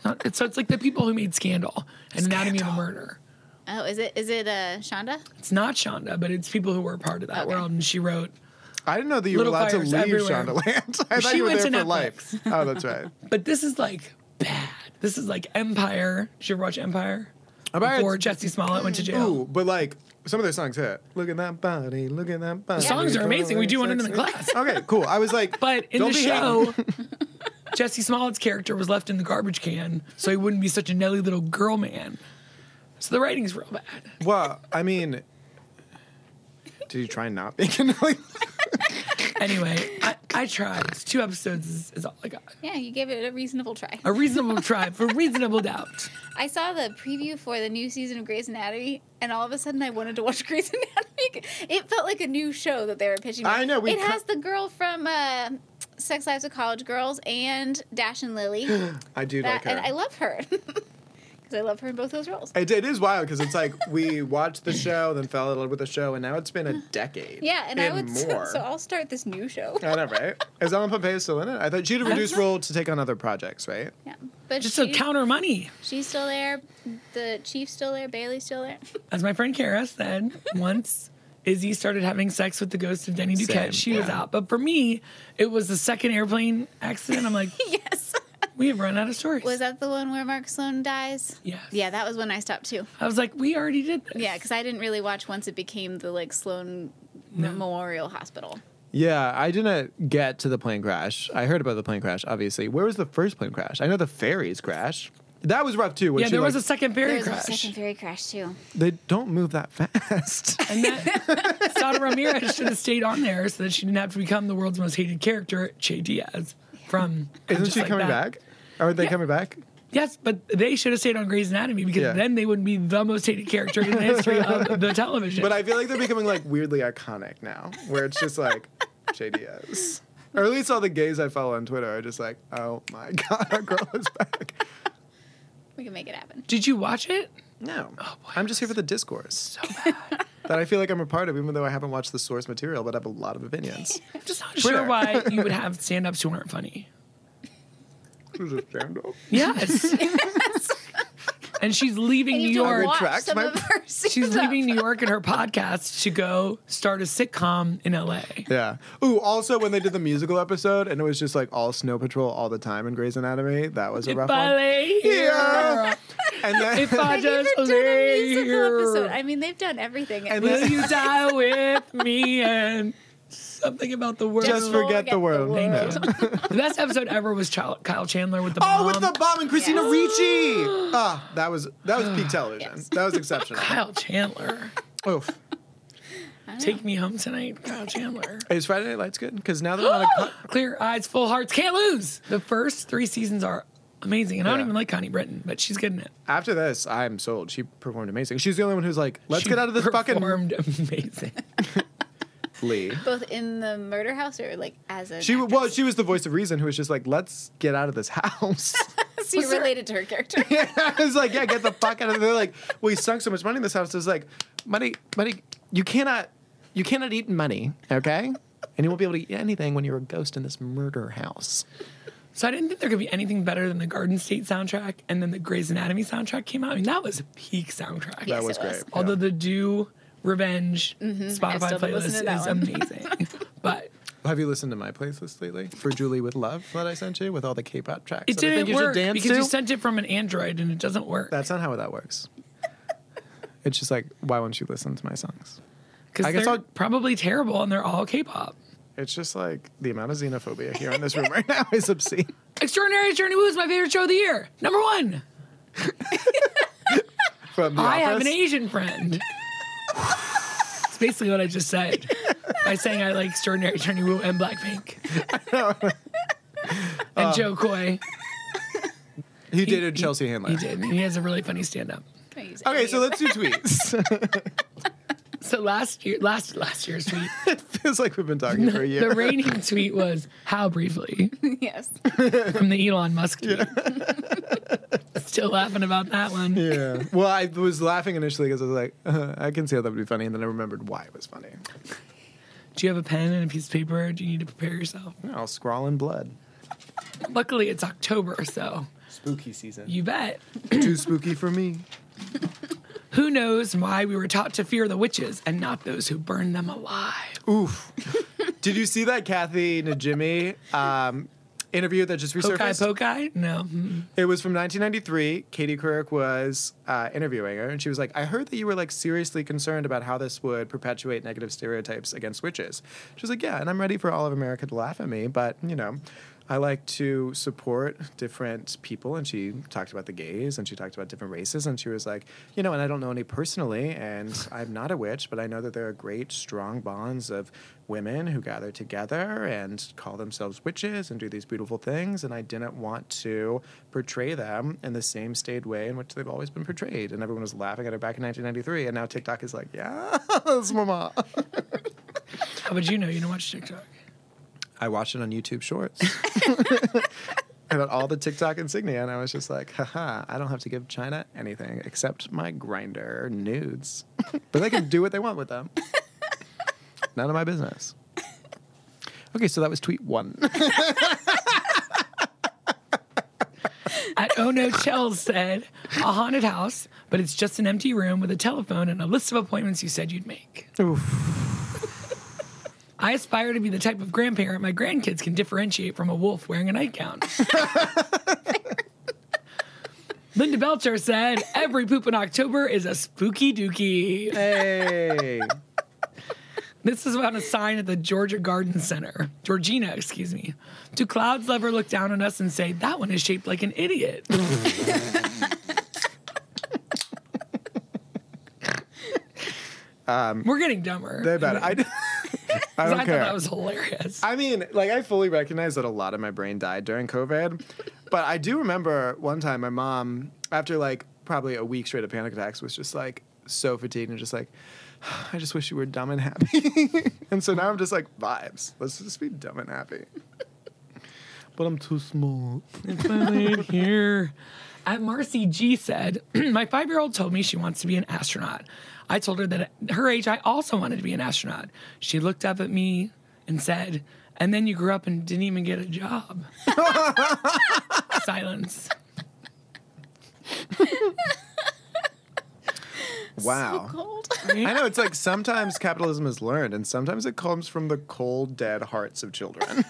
S3: Not- it's- so it's like the people who made Scandal and Anatomy of a Murder.
S4: Oh, is it? Is it uh, Shonda?
S3: It's not Shonda, but it's people who were a part of that
S4: Okay.
S3: world. And she wrote,
S1: I didn't know that you
S3: Little
S1: were allowed to
S3: fires
S1: leave
S3: everywhere.
S1: Shondaland. (laughs) I thought
S3: She
S1: you were
S3: went
S1: there
S3: to
S1: for
S3: (laughs) Netflix.
S1: life. Oh, that's right.
S3: but this is like bad. This is like Empire. Did you ever watch Empire?
S1: Empire-
S3: Before Jesse Smollett went to jail.
S1: Ooh, but like some of their songs hit. Look at that body. Look at that body.
S3: Songs are amazing. We do one in the class.
S1: Okay, cool. I was like,
S3: (laughs) But in
S1: don't
S3: the
S1: be
S3: show, (laughs)
S4: (laughs)
S3: Jesse Smollett's character was left in the garbage can, so he wouldn't be such a nelly little girl man. So the writing's real bad.
S1: hating. well, I mean, did you try not being (laughs) annoying?
S3: Anyway, I, I tried. It's two episodes is, is all I got.
S4: Yeah, you gave it a reasonable try.
S3: A reasonable try for reasonable doubt.
S4: I saw the preview for the new season of Grey's Anatomy, and all of a sudden I wanted to watch (laughs) Grey's Anatomy. It felt like a new show that they were pitching. me.
S1: I know, we
S4: it
S1: co-
S4: has the girl from uh, Sex Lives of College Girls and Dash
S1: (gasps)
S4: and Lily,
S1: I do
S4: that,
S1: like
S4: and
S1: her.
S4: I love her (laughs) because I love her in both those roles.
S1: It, it is wild because it's like we watched the show, then fell in love with the show, and now it's been a decade.
S4: yeah, and I would. (laughs)
S1: more.
S4: So I'll start this new show.
S1: I know, right? Is Ellen Pompeo still in it? I thought she had a reduced role to take on other projects, right?
S4: Yeah, but
S3: Just to
S4: she,
S3: counter money.
S4: she's still there. The chief's still there. Bailey's still there.
S3: As my friend Kara said, once Izzy started having sex with the ghost of Denny Duquette,
S1: Same,
S3: she was
S1: yeah.
S3: out. But for me, it was the second airplane accident. I'm like,
S4: (laughs) yes.
S3: we have run out of stories.
S4: (laughs) Was that the one where Mark Sloan dies?
S3: Yes.
S4: Yeah, that was when I stopped too.
S3: I was like, we already did this.
S4: Yeah, because I didn't really watch once it became the like Sloan Memorial Hospital.
S1: Yeah, I didn't get to the plane crash. I heard about the plane crash, obviously. Where was the first plane crash? I know the ferries crash. That was rough too. when
S3: yeah,
S1: she,
S3: there was
S1: like-
S3: a second ferry
S4: There was
S3: crash.
S4: a second ferry crash too.
S1: They don't move that fast.
S3: (laughs) And that Sada Ramirez should have stayed on there so that she didn't have to become the world's most hated character, Che Diaz, from.
S1: Isn't
S3: Just
S1: she
S3: Like
S1: coming
S3: That.
S1: back? Are they
S3: Yeah.
S1: coming back?
S3: Yes, but they should have stayed on Grey's Anatomy because
S1: Yeah.
S3: then they would be the most hated character in the
S1: (laughs)
S3: history of the television.
S1: But I feel like they're becoming like weirdly iconic now, where it's just like JDS. Or at least all the gays I follow on Twitter are just like, oh my (laughs) god, our girl is back.
S4: We can make it happen.
S3: Did you watch it?
S1: No,
S3: Oh,
S1: I'm just here for the discourse (laughs) that I feel like I'm a part of, even though I haven't watched the source material, but I have a lot of
S3: (laughs)
S1: opinions.
S3: I'm just not
S1: Twitter. (laughs)
S3: sure why you would have stand ups who aren't funny.
S1: Who's a stand-up?
S4: (laughs)
S3: Yes. and she's leaving
S4: And
S3: New
S4: you have to
S3: York.
S4: watch
S1: retract
S4: some
S1: my- (laughs)
S4: of her
S3: She's
S4: scenes. (laughs)
S3: leaving New York and her podcast to go start a sitcom in LA.
S1: Yeah. Ooh, also when they did the musical episode and it was just like all Snow Patrol all the time in Grey's Anatomy, that was a rough one.
S3: Ballet
S1: Yeah.
S3: here.
S1: And then
S4: (laughs)
S3: If I
S4: They've even
S3: just
S4: done a
S3: lay
S4: musical episode.
S3: here,
S4: I mean, they've done everything.
S1: And
S3: will you die with me? And something about the world.
S1: Just
S4: Don't
S1: forget the world.
S3: Thank you. the best episode ever was Chil- Kyle Chandler with the
S1: (laughs) Oh,
S3: bomb.
S1: with the bomb and Christina
S4: Yes.
S1: Ricci. Ah, that was that was
S3: (gasps)
S1: peak television. That was
S3: (laughs)
S1: exceptional.
S3: Kyle Chandler.
S1: Oof.
S3: Take me home tonight, Kyle Chandler.
S1: Is Friday Night Lights good? Because now
S3: (gasps)
S1: they're on a cut.
S3: Clear eyes, full hearts, can't lose. The first three seasons are amazing, and I don't
S1: Yeah.
S3: even like Connie Britton, but she's good in it.
S1: After this, I'm sold. She performed amazing. She's the only one who's like, let's
S3: She
S1: get out of this fucking
S3: performed amazing. (laughs)
S1: Lee.
S4: (laughs) Both in the murder house or like as a
S1: She w-
S4: (laughs)
S1: well, she was the voice of reason who was just like, let's get out of this (laughs) house.
S4: she related to her character.
S1: I was like, (laughs) yeah, get the fuck out of there. Like, we sunk so much money in this house. It's like, money, money, you cannot, you cannot eat money, okay? And you won't be able to eat anything when you're a ghost in this murder house.
S3: so I didn't think there could be anything better than the Garden State soundtrack, and then the Grey's Anatomy soundtrack came out. I mean, that was a peak soundtrack.
S4: Yes, was it was. great.
S3: Although the Do Revenge Spotify
S4: Mm-hmm. still don't listen to
S3: playlist
S4: that
S3: is
S4: one. (laughs)
S3: amazing, but
S1: Have you listened to my playlist lately for Julie with Love that I sent you with all the K-pop tracks?
S3: it
S1: that I
S3: didn't
S1: think you should
S3: work
S1: dance
S3: because
S1: to?
S3: you sent it from an Android, and it doesn't work.
S1: That's not how that works. it's just like, why won't you listen to my songs? I
S3: Because
S1: guess
S3: they're
S1: I'll-
S3: probably terrible, and they're all K-pop.
S1: It's just like the amount of xenophobia here in this room right now is obscene.
S3: Extraordinary Journey Woo is my favorite show of the year. Number one.
S1: From the
S3: (laughs) I have
S1: office.
S3: an Asian
S1: (laughs)
S3: friend. It's basically what I just said by saying I like Extraordinary Journey Woo and Blackpink.
S1: (laughs) Uh.
S3: and Joe Coy.
S1: He dated Chelsea Handler.
S3: (laughs) He did. He has a really funny stand up.
S4: Can I use
S1: Okay,
S4: any
S1: so
S4: (laughs) of
S1: let's
S3: (laughs)
S1: do tweets. (laughs)
S3: So last year, last last
S1: (laughs)
S3: year's tweet,
S1: Feels like we've been talking for a year.
S3: the reigning tweet was how briefly
S4: that? yes.
S3: from the Elon Musk tweet. (laughs) Still laughing about that one.
S1: (laughs) Yeah. Well, I was laughing initially because I was like, uh, I can see how that would be funny, and then I remembered why it was funny.
S3: Do you have a pen and a piece of paper? Do you need to prepare yourself?
S1: I'll scrawl in blood.
S3: Luckily, it's October, so
S1: Spooky season.
S3: you bet.
S1: (clears throat) Too spooky for me.
S3: Who knows why we were taught to fear the witches and not those who burn them alive? (laughs)
S1: Oof. Did you see that Kathy Najimy um, interview that just
S3: Pokai
S1: resurfaced.
S3: Pokai? No. Mm.
S1: It was from 1993. Katie Couric was uh, interviewing her, and she was like, "I heard that you were like seriously concerned about how this would perpetuate negative stereotypes against witches." She was like, "Yeah, and I'm ready for all of America to laugh at me, but you know." I like to support different people, and she talked about the gays, and she talked about different races, and she was like, you know, and I don't know any personally, and I'm not a witch, but I know that there are great, strong bonds of women who gather together and call themselves witches and do these beautiful things. And I didn't want to portray them in the same staid way in which they've always been portrayed. And everyone was laughing at her back in 1993. And now TikTok is like, yes, (laughs) mama.
S3: How would you know? You don't watch TikTok.
S1: I watched it on YouTube
S3: (laughs)
S1: Shorts. (laughs) I got all the TikTok insignia, and I was just like, haha, I don't have to give China anything except my grinder nudes. but they can do what they want with
S3: (laughs)
S1: them. None of my business. Okay, so that was tweet
S3: (laughs)
S1: one.
S3: At Oh No Chels said, a haunted house, but it's just an empty room with a telephone and a list of appointments you said you'd make. I aspire to be the type of grandparent my grandkids can differentiate from a wolf wearing a nightgown. (laughs) Linda Belcher said, every poop in October is a spooky dookie.
S1: hey.
S3: This is on a sign at the Georgia Garden Center. Georgina, excuse me. Do clouds ever look down on us and say, that one is shaped like an idiot? (laughs) We're getting dumber.
S1: Um, They better.
S3: (laughs)
S1: I, I don't
S3: I
S1: care.
S3: thought that was hilarious.
S1: I mean, like I fully recognize that a lot of my brain died during COVID, but I do remember one time my mom, after like probably a week straight of panic attacks, was just like so fatigued and just like, (sighs) I just wish you were dumb and happy. (laughs) and so now I'm just like vibes. Let's just be dumb and happy. But I'm too small.
S3: It's my lead here. At Marcy G said, (clears throat) My five year old told me she wants to be an astronaut. I told her that at her age, I also wanted to be an astronaut. She looked up at me and said, And then you grew up and didn't even get a job. (laughs) Silence.
S1: Wow.
S4: Cold.
S1: I know it's like sometimes capitalism is learned, and sometimes it comes from the cold, dead hearts of children.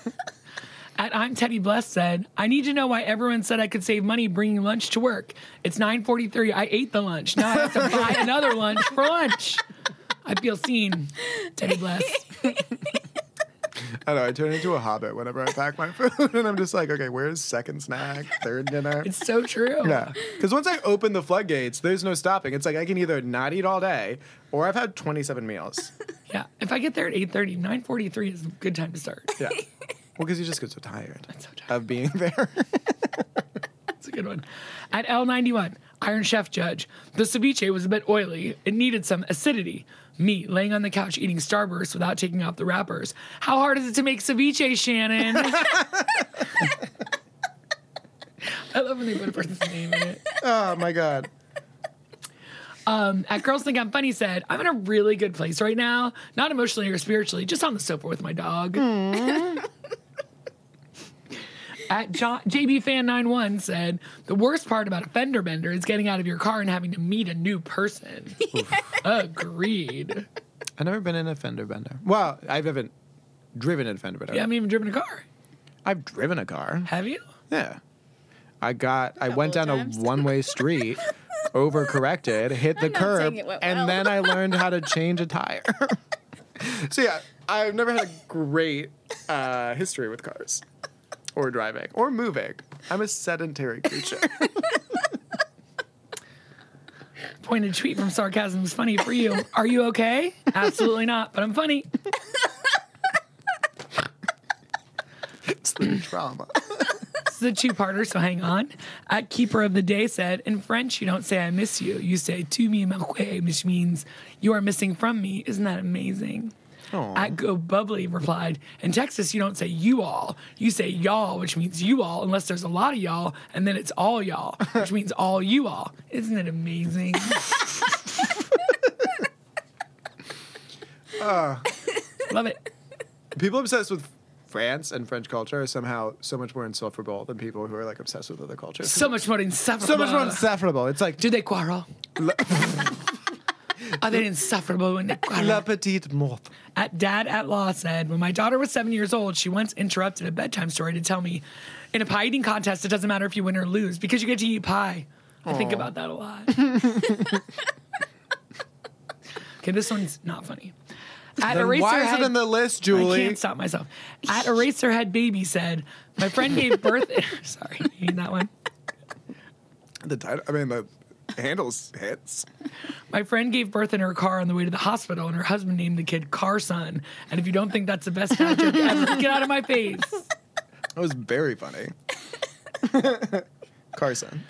S3: At I'm Teddy Blessed said, I need to know why everyone said I could save money bringing lunch to work. It's 9:43. I ate the lunch. Now I have to buy another lunch for lunch. I feel seen. Teddy Blessed.
S1: I know I turn into a hobbit whenever I pack my food, (laughs) and I'm just like, okay, where's second snack, third dinner?
S3: It's so true.
S1: Yeah. Because once I open the floodgates, there's no stopping. It's like I can either not eat all day or I've had 27 (laughs) meals.
S3: Yeah, if I get there at 8.30, 9.43 is a good time to start.
S1: Yeah. well, because you just get so tired
S3: so tired.
S1: of being (laughs) there.
S3: That's a good one. At L91, Iron Chef Judge, the ceviche was a bit oily. It needed some acidity. Me, laying on the couch eating Starburst without taking off the wrappers. How hard is it to make ceviche, Shannon? (laughs) I love when they put a person's name in it.
S1: oh my God.
S3: At Girls Think I'm Funny said, I'm in a really good place right now, not emotionally or spiritually, just on the sofa with my dog. At John, JB Fan 91 said, the worst part about a fender bender is getting out of your car and having to meet a new person. Agreed.
S1: I've never been in a fender bender. Well, I haven't driven in a fender bender.
S3: Yeah, I haven't even driven a car.
S1: I've driven a car.
S3: Have you?
S1: Yeah. I got, I went down
S4: Couple times. (laughs)
S1: a one way street, overcorrected, hit the
S4: not
S1: curb,
S4: saying it went well.
S1: and then
S4: (laughs)
S1: I learned how to change a tire. (laughs) so, yeah, I've never had a great uh, history with cars or driving or moving. I'm a sedentary
S4: (laughs)
S1: creature.
S3: Pointed tweet from Sarcasm is funny for you. Are you okay? Absolutely not, but I'm funny.
S1: it's the trauma.
S3: This is a two-parter, so hang on. At Keeper of the Day said, in French, you don't say I miss you. You say tu me manques, which means you are missing from me. Isn't that amazing? At Go Bubbly replied, in Texas, you don't say you all. You say y'all, which means you all, unless there's a lot of y'all, and then it's all y'all, which means all you all. Isn't it (laughs) amazing? Love it.
S1: People obsessed with France and French culture are somehow so much more insufferable than people who are like obsessed with other cultures.
S3: So much more insufferable.
S1: so much more insufferable. It's like,
S3: Do they quarrel? (laughs) Are they insufferable when they
S1: La petite mort.
S3: at dad at law said when my daughter was seven years old she once interrupted a bedtime story to tell me in a pie eating contest it doesn't matter if you win or lose because you get to eat pie i think about that a lot
S1: (laughs)
S3: okay this one's not funny at
S1: Then why is
S3: Eraserhead-
S1: it in the list,
S3: I
S1: Julie?
S3: can't
S1: (laughs)
S3: stop myself. At Eraserhead Baby said, My friend gave birth. (laughs) Sorry, you need that one?
S1: The title. I mean, the handles hits.
S3: My friend gave birth in her car on the way to the hospital, and her husband named the kid Carson. And if you don't think that's the best dad joke ever, get out of my face.
S1: That was very funny. Carson.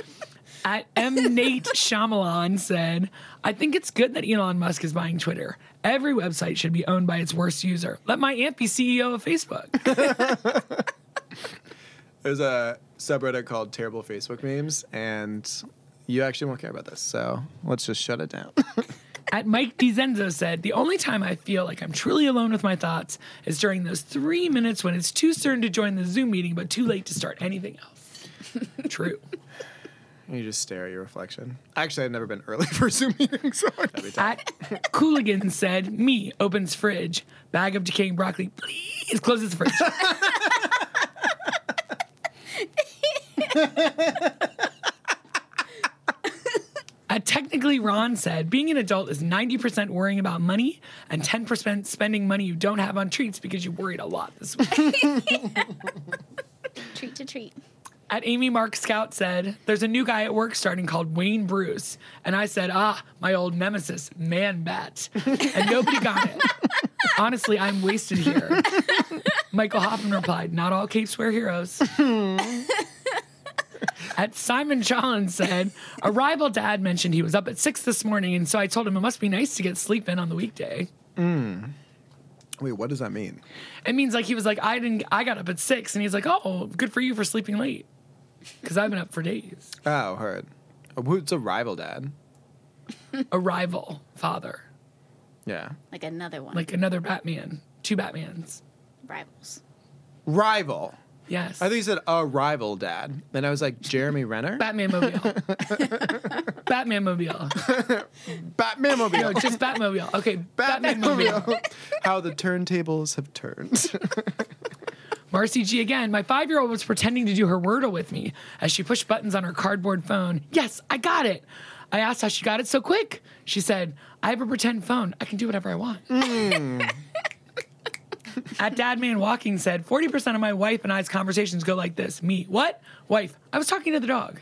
S3: At M. Nate Shyamalan said, I think it's good that Elon Musk is buying Twitter. Every website should be owned by its worst user. Let my aunt be CEO of Facebook.
S1: There's a subreddit called Terrible Facebook Memes, and you actually won't care about this, so let's just shut it (laughs) down.
S3: At Mike DiZenzo said, The only time I feel like I'm truly alone with my thoughts is during those three minutes when it's too soon to join the Zoom meeting, but too late to start anything else. True.
S1: you just stare at your reflection. Actually, I've never been early (laughs) for Zoom meetings, so every time.
S3: At Cooligan said, Me opens fridge, bag of decaying broccoli, please closes fridge. (laughs) Uh, technically, Ron said, being an adult is 90% worrying about money and 10% spending money you don't have on treats because you worried a lot this week.
S4: Treat to treat.
S3: at Amy Mark Scout said, There's a new guy at work starting called Wayne Bruce. And I said, Ah, my old nemesis, Man Bat. And nobody got it. Honestly, I'm wasted here. Michael Hoffman replied, Not all capes wear heroes. At Simon Challen said, a rival dad mentioned he was up at six this morning, and so I told him it must be nice to get sleep in on the weekday.
S1: Wait, what does that mean?
S3: It means like he was like, I didn't, I got up at six, and he's like, oh, good for you for sleeping late, because I've been up for days.
S1: Oh, heard. Oh, Who's a rival dad?
S3: a rival father,
S1: Yeah.
S4: Like another one.
S3: like another Batman, two Batmans.
S4: rivals.
S1: Rival.
S3: Yes.
S1: I think you said a rival dad. Then I was like, Jeremy Renner?
S3: Batman Mobile. Batman Mobile.
S1: Batman (laughs)
S3: No, just Batmobile. Okay, Batman Mobile.
S1: How the turntables have turned. (laughs)
S3: Marcy G again. My five year old was pretending to do her Wordle with me as she pushed buttons on her cardboard phone. Yes, I got it. I asked how she got it so quick. She said, I have a pretend phone. I can do whatever I want. (laughs) At Dad Man Walking said, 40% of my wife and I's conversations go like this Me, what? Wife, I was talking to the dog.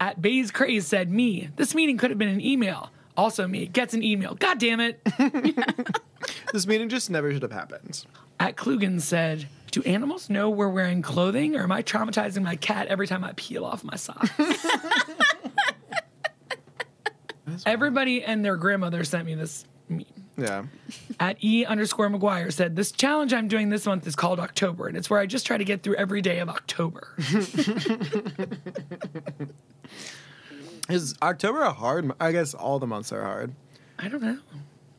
S3: At Bays Craze said, Me, this meeting could have been an email. Also, me, gets an email. God damn it.
S1: this meeting just never should have happened.
S3: at Klugan said, Do animals know we're wearing clothing, or am I traumatizing my cat every time I peel off my socks? Everybody and their grandmother sent me this meme.
S1: Yeah.
S3: At E underscore McGuire said, This challenge I'm doing this month is called October, and it's where I just try to get through every day of October.
S1: Is October a hard mo- I guess all the months are hard.
S3: I don't know.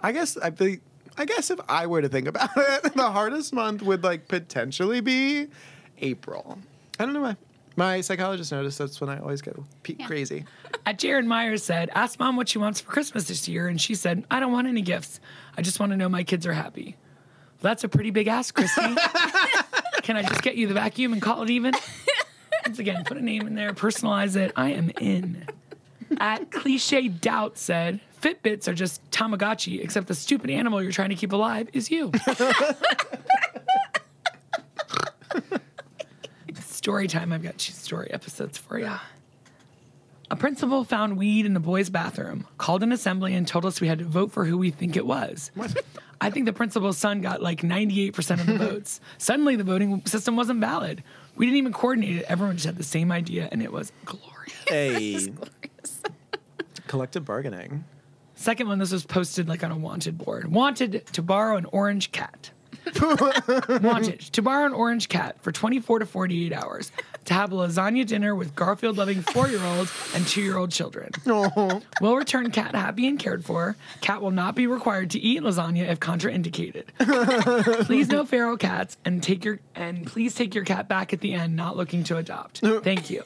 S1: I guess I think I guess if I were to think about (laughs) it, the hardest month would like potentially be April. I don't know why. My psychologist noticed that's when I always go pe- crazy.
S3: At Uh, Jared Myers said, Ask mom what she wants for Christmas this year, and she said, I don't want any gifts. I just want to know my kids are happy. Well, that's a pretty big ask, Christy. Can I just get you the vacuum and call it even? Once again, put a name in there, personalize it. I am in. At Cliche Doubt said, Fitbits are just Tamagotchi, except the stupid animal you're trying to keep alive is you. story time. I've got two story episodes for you. A principal found weed in the boys' bathroom, called an assembly, and told us we had to vote for who we think it was. I think the principal's son got like 98% of the votes. Suddenly, the voting system wasn't valid. We didn't even coordinate it. Everyone just had the same idea, and it was glorious.
S1: Hey. Collective bargaining.
S3: Second one, this was posted like on a wanted board. Wanted to borrow an orange cat. wanted to borrow an orange cat for 24 to 48 hours to have a lasagna dinner with Garfield loving four year old and two year old children. Will return cat happy and cared for. Cat will not be required to eat lasagna if contraindicated.
S1: (laughs)
S3: please no feral cats and take your and please take your cat back at the end, not looking to adopt. Thank you.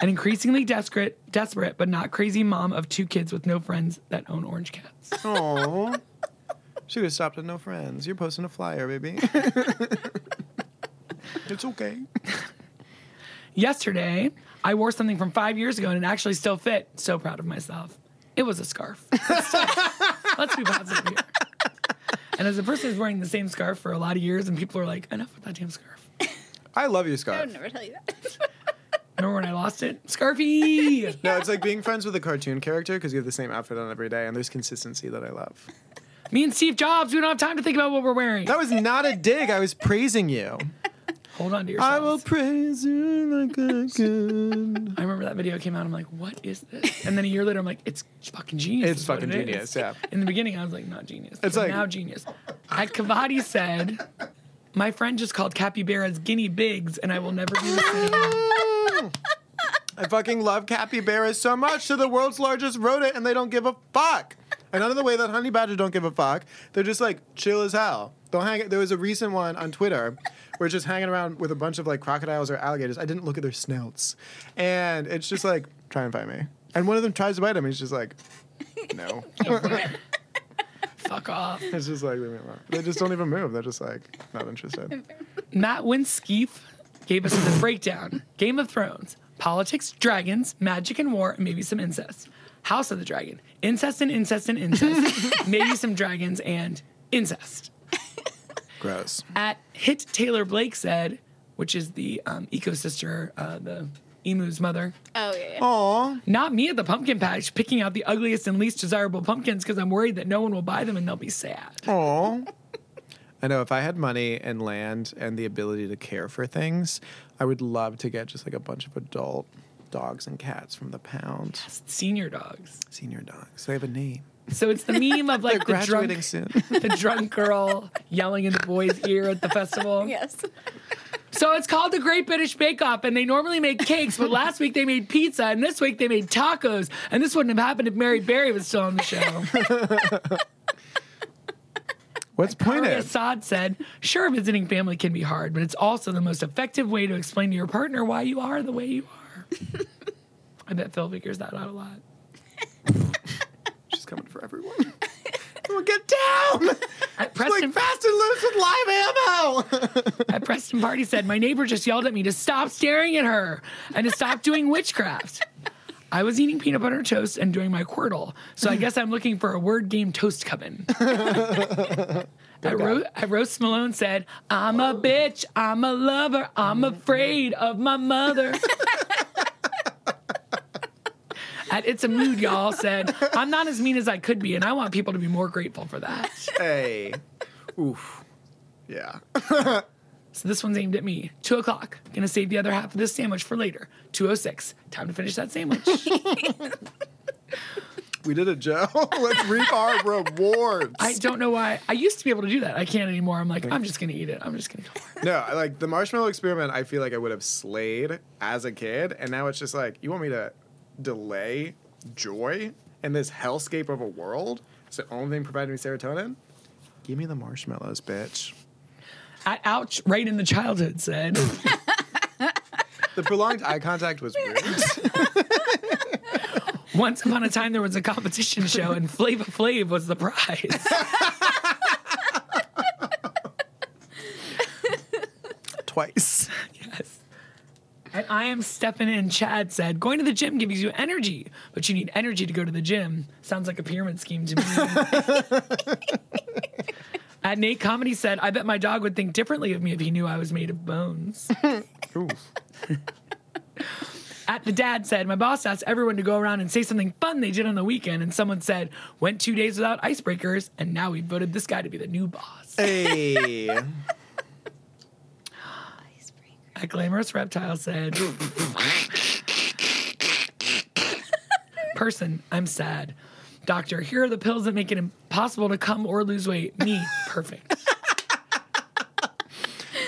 S3: an increasingly desperate, desperate but not crazy mom of two kids with no friends that own orange cats.
S1: Aww. She would have stopped at no friends. You're posting a flyer, baby. (laughs) it's okay.
S3: Yesterday, I wore something from five years ago and it actually still fit. So proud of myself. It was
S1: (laughs)
S3: a scarf. Let's be positive here. And as a person who's wearing the same scarf for a lot of years, and people are like, enough with that damn scarf.
S1: I love your
S4: I
S1: scarf.
S4: would never tell you that.
S3: Remember when I lost
S1: (laughs)
S3: it? Scarfy!
S1: No, it's like being friends with a cartoon character because you have the same outfit on every day, and there's consistency that I love.
S3: Me and Steve Jobs, we don't have time to think about what we're wearing.
S1: That was not a dig. I was praising you.
S3: Hold on to
S1: I
S3: yourselves.
S1: will praise you like a good.
S3: I remember that video came out. I'm like, what is this? And then a year later, I'm like, it's fucking genius.
S1: It's
S3: is what
S1: fucking
S3: it is.
S1: genius, yeah.
S3: In the beginning, I was like, not genius.
S1: It's
S3: It's
S1: like-
S3: like now genius. At Cavati said, my friend just called capybaras guinea pigs, and I will never be the same.
S1: (laughs) I fucking love capybaras so much. They're the world's largest rodent, and they don't give a fuck. Another the way that honey badger don't give a fuck. They're just like chill as hell. They'll hang. There was a recent one on Twitter where it's just hanging around with a bunch of like crocodiles or alligators. I didn't look at their snouts, and it's just like try and fight me. And one of them tries to bite him. He's just like, no.
S3: Fuck off.
S1: It's just like leave me alone. They just don't even move. They're just like not interested.
S3: Matt Winskeef gave us the breakdown Game of Thrones, politics, dragons, magic and war, and maybe some incest. House of the Dragon, incest and incest
S1: (laughs)
S3: and incest, maybe some dragons and incest.
S1: Gross.
S3: At Hit Taylor Blake said, which is the um, eco sister, uh, the emu's mother,
S4: oh yeah, yeah.
S1: Aw.
S3: not me at the pumpkin patch picking out the ugliest and least desirable pumpkins because I'm worried that no one will buy them and they'll be sad.
S1: Aw. (laughs) I know if I had money and land and the ability to care for things, I would love to get just like a bunch of adult dogs and cats from the pound.
S3: Senior dogs.
S1: Senior dogs. They have a name.
S3: So it's the meme of like the
S1: Graduating
S3: drunk,
S1: soon.
S3: (laughs) the drunk girl yelling in the boy's ear at the festival.
S4: (laughs) yes. (laughs)
S3: So it's called the Great British Bake Off, and they normally make cakes, but last week they made pizza, and this week they made tacos. And this wouldn't have happened if Mary Berry was still on the show.
S1: What's
S3: Ari
S1: pointed?
S3: Assad said, Sure, visiting family can be hard, but it's also the most effective way to explain to your partner why you are the way you are. (laughs) I bet Phil figures that out a lot.
S1: She's coming for everyone. Well, get
S3: (laughs)
S1: down!
S3: At
S1: like
S3: Preston,
S1: fast and loose with live ammo! (laughs)
S3: at Preston Party said, My neighbor just yelled at me to stop staring at her and to stop doing witchcraft. I was eating peanut butter toast and doing my Quirtle, so I guess I'm looking for a word game toast coven. at, Ro- at Roast Malone said, I'm a bitch, I'm a lover, I'm afraid of my mother. at It's a Mood, y'all said, I'm not as mean as I could be, and I want people to be more grateful for that.
S1: hey. Oof. Yeah. (laughs)
S3: So this one's aimed at me. Two o'clock. Gonna save the other half of this sandwich for later. Two oh six. Time to finish that sandwich.
S1: We did it, Joe. (laughs) Let's reap our rewards.
S3: I don't know why. I used to be able to do that. I can't anymore. I'm like, I'm just gonna eat it. I'm just gonna go for it.
S1: No, I- like the marshmallow experiment, I feel like I would have slayed as a kid, and now it's just like you want me to delay joy in this hellscape of a world. It's the only thing providing me serotonin. Give me the marshmallows, bitch.
S3: I ouch right in the childhood said.
S1: The prolonged eye contact was rude.
S3: Once upon a time there was a competition show and Flava Flav was the prize.
S1: (laughs) Twice.
S3: yes. And I am Stefan and Chad said, going to the gym gives you energy, but you need energy to go to the gym. Sounds like a pyramid scheme to me. At Nate Comedy said, I bet my dog would think differently of me if he knew I was made of bones.
S1: Oof.
S3: At the dad said, My boss asked everyone to go around and say something fun they did on the weekend, and someone said, Went two days without icebreakers, and now we voted this guy to be the new boss.
S1: Hey.
S3: A glamorous reptile said, Person, I'm sad. Doctor, here are the pills that make it impossible to come or lose weight. Me, perfect.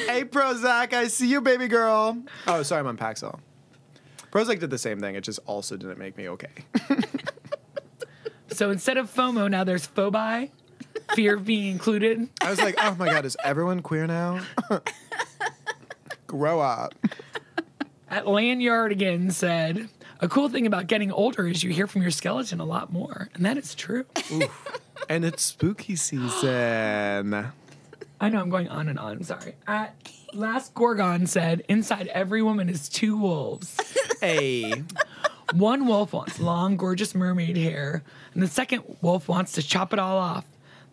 S1: hey, Prozac, I see you, baby girl. Oh, sorry, I'm on Paxil. Prozac did the same thing, it just also didn't make me okay.
S3: So instead of FOMO, now there's phobi, fear of being included.
S1: I was like, oh (laughs) my God, is everyone queer now? Grow up.
S3: at Lanyard again said, A cool thing about getting older is you hear from your skeleton a lot more. And that is true.
S1: And it's spooky season.
S3: I know I'm going on and on. Sorry. At last Gorgon said, Inside every woman is two wolves.
S1: hey.
S3: One wolf wants long, gorgeous mermaid hair, and the second wolf wants to chop it all off.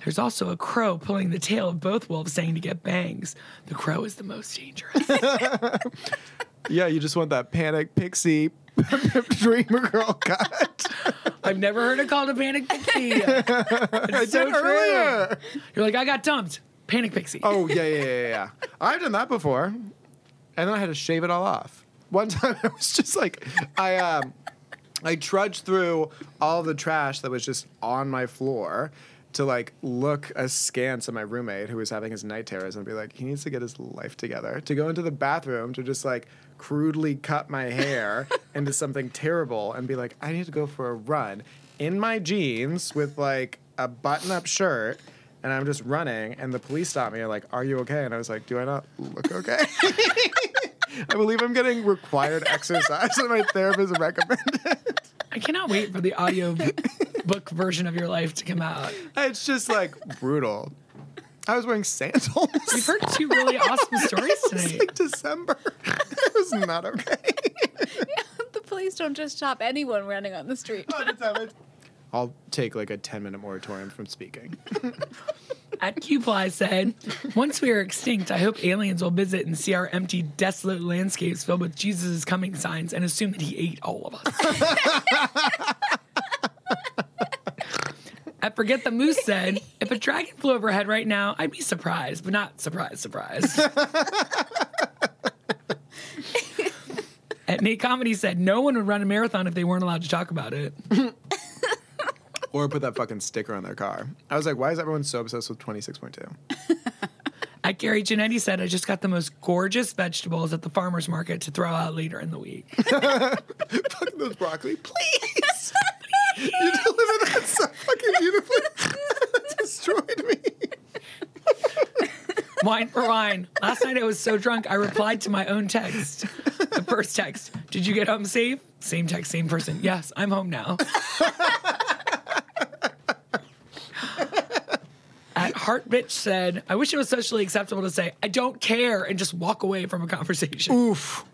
S3: There's also a crow pulling the tail of both wolves, saying to get bangs. The crow is the most dangerous.
S1: (laughs) Yeah, you just want that panic pixie (laughs) dreamer girl cut.
S3: I've never heard it called a
S1: (laughs)
S3: panic pixie. It's so true.
S1: earlier.
S3: You're like, I got dumped. Panic pixie.
S1: Oh yeah, yeah, yeah, yeah. I've done that before, and then I had to shave it all off. One (laughs) time, I was just like, I um, I trudged through all the trash that was just on my floor to like look askance at my roommate who was having his night terrors and be like, he needs to get his life together. To go into the bathroom to just like crudely cut my hair into something terrible and be like, I need to go for a run in my jeans with like a button up shirt. And I'm just running, and the police stop me. and like, "Are you okay?" And I was like, "Do I not look okay?" (laughs) I believe I'm getting required exercise that my therapist recommended.
S3: I cannot wait for the
S1: (laughs)
S3: audio book version of your life to come out.
S1: It's just like brutal. I was wearing sandals. (laughs)
S3: We've heard two really awesome stories
S1: It's
S3: tonight.
S1: like December. it was not okay.
S4: the police don't just stop anyone running on
S3: (laughs)
S4: the street.
S1: I'll take like a 10 minute moratorium from (laughs) speaking.
S3: At Qply said, Once we are extinct, I hope aliens will visit and see our empty, desolate landscapes filled with Jesus' coming signs and assume that he ate all of us. At Forget the Moose said, If a dragon flew overhead right now, I'd be surprised, but not surprised, surprised. At Nate Comedy said, No one would run a marathon if they weren't allowed to talk about it.
S1: Or put that fucking sticker on their car. I was like, why is everyone so obsessed with 26.2? (laughs)
S3: At Gary Janetti said, I just got the most gorgeous vegetables at the farmer's market to throw out later in the week. (laughs)
S1: Fucking those broccoli, please. (laughs) you delivered that so fucking beautifully. (laughs) that destroyed me.
S3: wine for wine. Last night I was so drunk, I replied to my own text. The first text, did you get home safe? Same text, same person. Yes, I'm home now. At Heart Bitch said, I wish it was socially acceptable to say, I don't care, and just walk away from a conversation.
S1: Oof.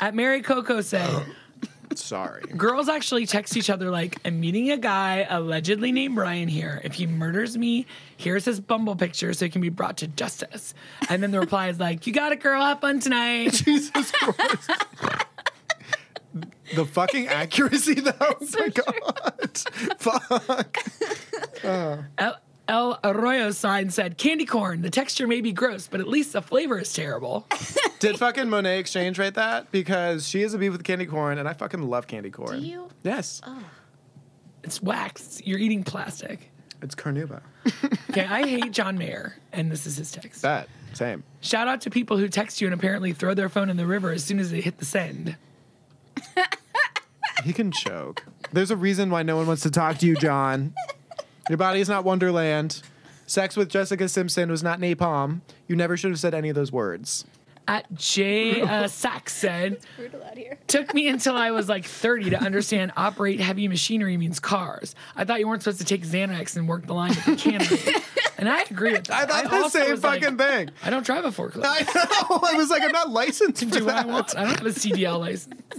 S3: At Mary Coco said,
S1: Sorry.
S3: girls actually text each other like, I'm meeting a guy allegedly named Brian here. If he murders me, here's his bumble picture so he can be brought to justice. And then the reply is like, You got it, girl, have fun
S1: (laughs)
S3: tonight.
S1: Jesus Christ. the fucking accuracy though. Oh my god. Fuck.
S3: El, El Arroyo sign said, Candy corn, the texture may be gross, but at least the flavor is terrible.
S1: Did fucking Monet exchange rate that? Because she is a beef with candy corn and I fucking love candy corn.
S4: Do you?
S1: Yes.
S3: It's wax. You're eating plastic.
S1: It's carnuba.
S3: Okay, I hate John Mayer, and this is his text.
S1: That. Same.
S3: Shout out to people who text you and apparently throw their phone in the river as soon as they hit the send.
S1: He can choke. There's a reason why no one wants to talk to you, John. Your body is not Wonderland. Sex with Jessica Simpson was not napalm. You never should have said any of those words.
S3: At J uh, Sachs said,
S4: Brutal out here.
S3: Took me until I was like 30 to understand operate heavy machinery means cars. I thought you weren't supposed to take Xanax and work the line with the cannery. and I agree with
S1: I
S3: that.
S1: thought the
S3: also
S1: same
S3: was like,
S1: fucking thing.
S3: I don't drive a forklift.
S1: I know. (laughs) I was like, I'm not licensed for
S3: do what I
S1: that.
S3: want. I don't have a CDL license.
S1: (laughs)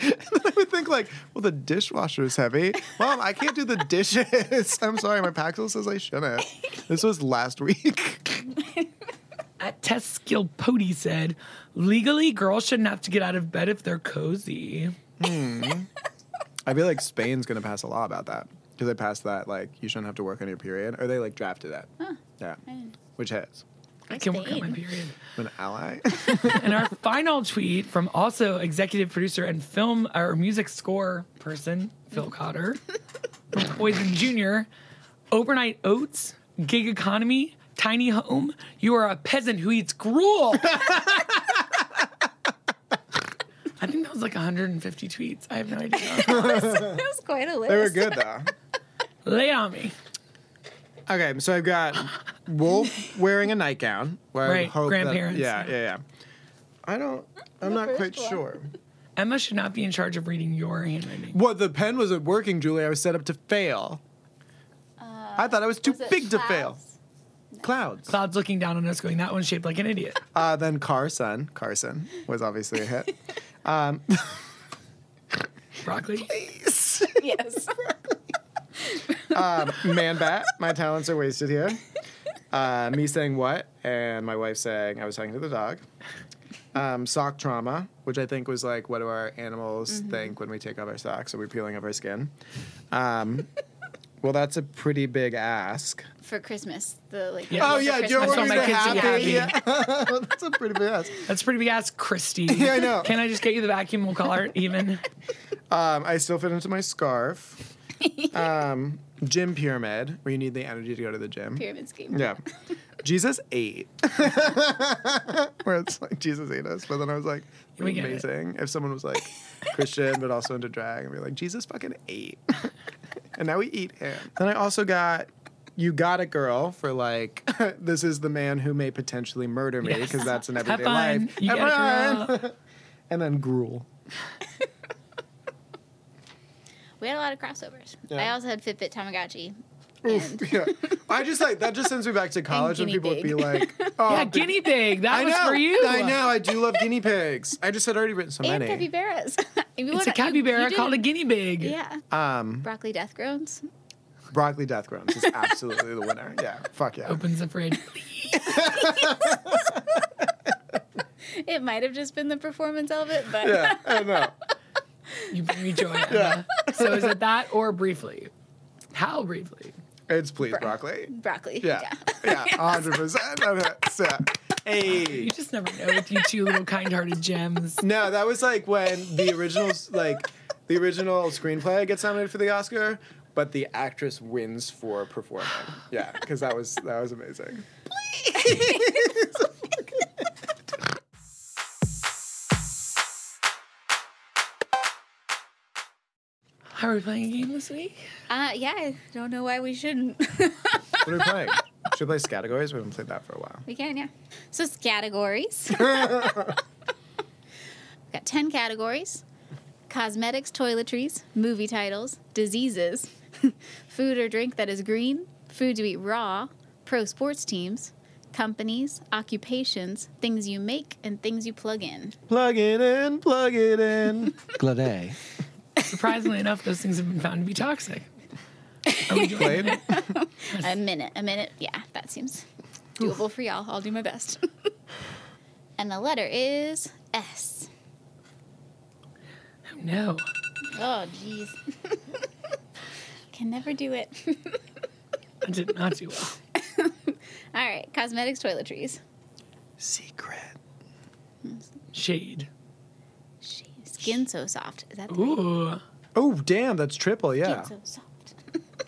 S1: I would think like, well, the dishwasher is heavy. Mom, I can't do the dishes. (laughs) I'm sorry, my Paxil says I shouldn't. This was last week.
S3: At Teskilpody said, legally, girls shouldn't have to get out of bed if they're cozy.
S1: I feel like Spain's gonna pass a law about that because they passed that like you shouldn't have to work on your period, or they like drafted it. Yeah, which has
S3: I can work on my
S4: Spain.
S3: period.
S1: an ally.
S3: and our final tweet from also executive producer and film or music score person Phil Cotter, from Poison Jr., Overnight Oats, Gig Economy, Tiny Home. You are a peasant who eats gruel. I think that was like 150 tweets. I have no idea.
S4: (laughs) That was quite a
S1: (laughs)
S4: list.
S1: they were good though.
S3: Lay on me.
S1: Okay, so I've
S3: (laughs)
S1: got Wolf wearing a nightgown. Where I would
S3: Right,
S1: hope that-
S3: grandparents.
S1: yeah, yeah, yeah. I don't. I'm not
S4: first
S1: quite
S4: one.
S1: sure.
S3: Emma should not be in charge of reading your handwriting.
S1: What the pen wasn't working, Julie. I was set up to fail. I thought I was too
S4: Uh, Was it
S1: big to
S4: clouds?
S1: fail. Clouds.
S3: Cloud's looking down on us, going, "That one's shaped like an idiot."
S1: Uh, then Carson. Carson was obviously a
S4: (laughs)
S1: hit.
S3: Broccoli.
S4: Yes.
S1: um, man bat. My talents are wasted here. Uh, me saying what, and my wife saying I was talking to the dog. Um, sock trauma, which I think was like, what do our animals
S4: Mm-hmm.
S1: think when we take off our socks? Are we peeling off our skin? Um, well, that's a pretty big ask.
S4: (laughs) For Christmas, the like.
S3: Yeah.
S1: Oh
S4: for
S1: yeah,
S4: Christmas.
S1: you're
S3: I want saw
S1: me
S3: my
S1: to
S3: kids to be
S1: happy.
S3: happy.
S1: (laughs) Yeah. that's a pretty big ask.
S3: That's a pretty big ass, Christy.
S1: (laughs) Yeah, I know.
S3: Can I just get you the vacuum? We'll call her even.
S1: Um, I still fit into my scarf. Um, gym pyramid, where you need the energy to go to the gym.
S4: Pyramid scheme.
S1: Yeah. Jesus ate. (laughs) Where it's like Jesus ate us, but then I was like,
S3: We get it.
S1: amazing. If someone was
S3: (laughs)
S1: like Christian but also into drag and be like, Jesus fucking
S3: (laughs)
S1: ate. and now we eat him. Then I also got you got a girl for like (laughs) this is the man who may potentially murder me because
S3: Yes.
S1: that's an
S3: Have
S1: everyday
S3: fun.
S1: life.
S3: You get
S1: Have
S3: it, girl.
S1: fun. and then gruel.
S4: We had a lot of crossovers.
S1: Yeah.
S4: I also had Fitbit Tamagotchi. And
S1: Oof, yeah. I just like that just sends me back to college when
S4: guinea
S1: people would be
S4: pig.
S1: like, oh,
S3: (laughs) (laughs) Yeah, guinea pig. That
S1: I
S3: was
S1: know.
S3: for you.
S1: I know. I do love guinea pigs. I just had already written so
S4: and
S1: many.
S4: capybaras. (laughs) You
S3: It's
S4: wanna-
S3: a
S4: you- you
S3: capybara
S4: did-
S3: called a Uh, guinea pig.
S4: Yeah.
S1: Um,
S4: Broccoli death groans.
S1: broccoli death groans is absolutely the winner. Yeah, fuck yeah.
S3: Opens the
S4: (laughs)
S3: fridge.
S4: It might have just been the performance of it, but
S1: (laughs) Yeah, I know.
S3: You bring me joy. Emma. So is it that or briefly? How briefly?
S1: It's please broccoli.
S4: (laughs) broccoli.
S1: Yeah, yeah, hundred percent. Yeah. (laughs) Hey.
S3: You just never know with you two little kind-hearted gems.
S1: No, that was like when the original, like, the original screenplay gets nominated for the Oscar, but the actress wins for (sighs) performing. Yeah, because that was that was amazing.
S4: (laughs)
S3: Are we playing a game this week?
S4: Uh, yeah, I don't know why we shouldn't. (laughs)
S1: What are we playing? Should we play categories? We haven't played that for a while.
S4: we can, yeah. So it's categories. got 10 categories cosmetics, toiletries, movie titles, diseases, (laughs) food or drink that is green, food to eat raw, pro sports teams, companies, occupations, things you make, and things you plug in.
S1: Plug it in, plug it in. Glade.
S3: Surprisingly enough, those things have been found to be toxic. Are we doing
S1: Played?
S4: A minute, a minute. Yeah, that seems doable for y'all. I'll do my best. (laughs) and the letter is S.
S3: No.
S4: Oh, jeez. (laughs) Can never do it. (laughs)
S3: I did not do well.
S4: All right, cosmetics, toiletries,
S1: (laughs) Secret.
S3: Shade.
S4: Jeez, skin so soft. Is that the right?
S3: Ooh.
S1: Oh, damn, that's triple, yeah.
S4: Skin so soft.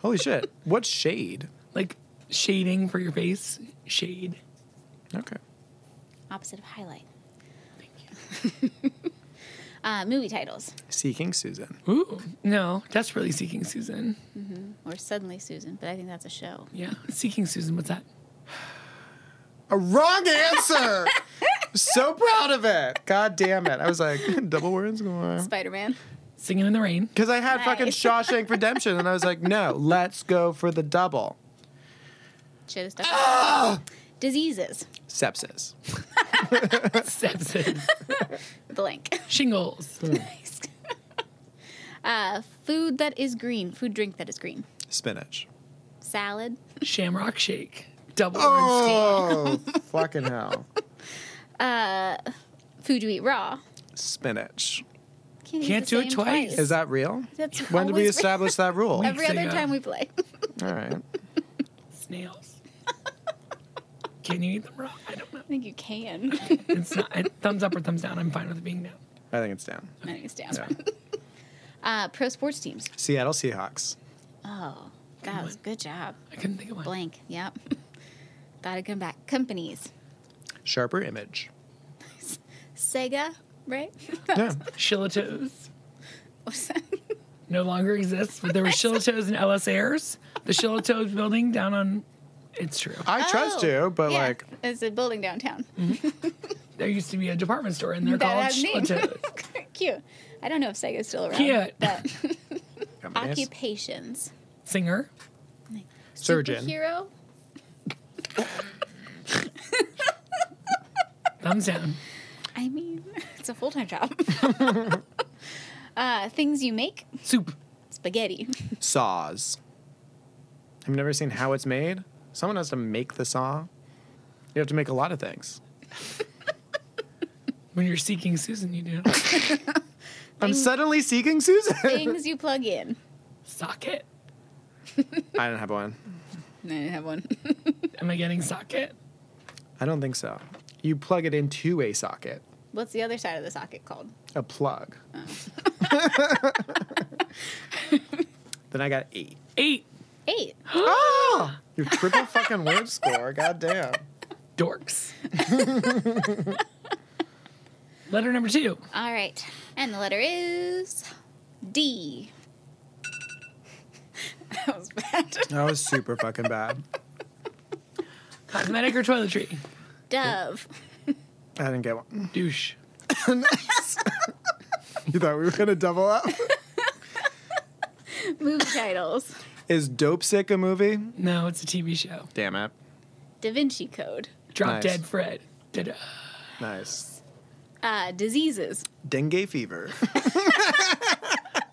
S1: Holy shit. What shade?
S3: Like shading for your face. Shade.
S1: Okay.
S4: Opposite of highlight.
S3: Thank
S4: (laughs) Uh, movie titles
S1: Seeking Susan.
S3: you. Ooh. No, that's really Seeking Susan.
S4: or Suddenly Susan, but I think that's a show.
S3: Yeah. Seeking Susan, what's that?
S1: A wrong answer! (laughs) so proud of it. God damn it. I was like, (laughs) double words going
S4: Spider Man.
S3: Singing in the (laughs) Rain.
S1: Because I had fucking
S4: Nice.
S1: Shawshank Redemption, and I was like, no, let's go for the double.
S4: Should have stuck. Diseases.
S1: Sepsis.
S3: Sepsis.
S4: Blank. (laughs)
S3: Shingles.
S4: uh, food that is green. Food drink that is green.
S1: Spinach.
S4: Salad.
S3: Shamrock Shake. Double oh.
S1: Oh, fucking hell.
S4: Food you eat raw.
S1: Spinach.
S4: Can't, eat
S3: Can't
S4: the
S3: do it
S4: same
S3: twice.
S1: Is that real?
S4: That's
S1: when did we
S4: always-
S1: establish that
S4: (laughs)
S1: rule?
S4: Every
S3: Weeks
S4: other
S3: ago.
S4: time we play. (laughs)
S1: All right.
S3: Snails. Can you eat them raw? I don't know.
S4: I think you
S1: (laughs)
S4: can.
S3: It's not. I- thumbs up or thumbs down. I'm fine with it being down.
S1: I think it's down.
S4: I understand.
S1: Yeah.
S4: (laughs) Uh, pro sports teams.
S1: Seattle Seahawks.
S4: Oh, that was
S3: one.
S4: good job.
S3: I couldn't think of one.
S4: Blank. Yep. (laughs) Gotta come back. Companies.
S1: Sharper image.
S4: Sega, right? (laughs)
S1: Yeah.
S3: Shillitoes.
S4: What's that?
S3: No longer exists, but there were Shillitoes and LS Airs. The Shillitoes building down on. It's true.
S1: I trust
S4: Oh,
S1: you, but
S4: yeah,
S1: like
S4: it's a building downtown.
S3: there used to be a department store and they're
S4: (laughs) That
S3: called
S4: has names.
S3: Schlitte's.
S4: (laughs) Cute. I don't know if Sega's still
S1: (laughs)
S4: around.
S3: Cute.
S4: But
S1: Companies.
S4: occupations.
S3: Singer.
S1: Surgeon.
S4: Superhero.
S3: Thumbs down.
S4: I mean, (laughs) it's a full time job.
S1: (laughs)
S4: (laughs) uh, things you make.
S3: Soup.
S4: Spaghetti.
S1: Saws. I've never seen how it's made. Someone has to make the saw. You have to make a lot of things.
S3: When you're seeking Susan, you do
S1: I'm
S4: Things-
S1: suddenly seeking Susan. (laughs)
S4: things you plug in.
S3: socket.
S1: I don't have one.
S4: (laughs) I didn't have one. (laughs)
S3: Am I getting socket?
S1: I don't think so. You plug it into a socket,
S4: What's the other side of the socket called?
S1: a plug. (laughs) then I got eight.
S3: Eight.
S4: Eight.
S1: Oh! Your triple fucking word score. Goddamn.
S3: Dorks. Letter number two.
S4: All right. And the letter is D. (laughs) that was bad.
S1: That was super fucking bad.
S3: Cosmetic or toiletry?
S4: Dove.
S1: I didn't get (laughs) one.
S3: Douche.
S1: You thought we were gonna double up?
S4: (laughs) Movie titles.
S1: Is Dope Sick a movie?
S3: No, it's a TV show.
S1: Damn it.
S4: Da Vinci Code.
S3: Drop
S1: Nice.
S3: Dead Fred. Da-da.
S1: Nice.
S4: Uh, diseases.
S1: Dengue fever.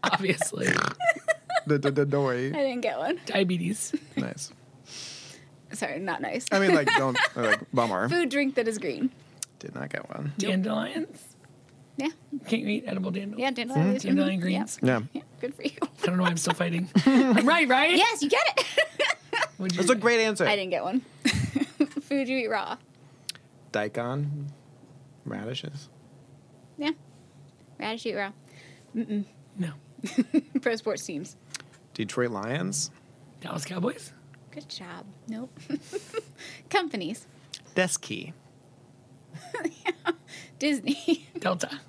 S3: Obviously.
S1: the the the dory.
S4: (laughs) I didn't get one.
S3: Diabetes.
S1: Nice.
S4: Sorry, not nice.
S1: I mean, like, don't like bummer.
S4: (laughs) Food drink that is green.
S1: Did not get one.
S3: Dandelions.
S4: Yeah.
S3: Can't you eat edible dandelions?
S4: Yeah, dandelion. is-
S3: Dandelion
S4: mhm,
S3: greens.
S4: Yeah.
S1: Yeah.
S4: yeah, good for you.
S3: I don't know why I'm still fighting. I'm right, right?
S4: (laughs) Yes, you get it.
S3: What'd you
S1: That's a
S3: say?
S1: great answer.
S4: (laughs) I didn't get one. (laughs) Food you eat raw.
S1: Daikon radishes.
S4: Yeah. Radish eat raw. (laughs)
S3: No.
S4: Pro sports teams.
S1: Detroit Lions.
S3: Dallas Cowboys.
S4: Good job. Nope. (laughs) Companies. (laughs)
S1: Desk key.
S4: Disney. (laughs)
S3: Delta.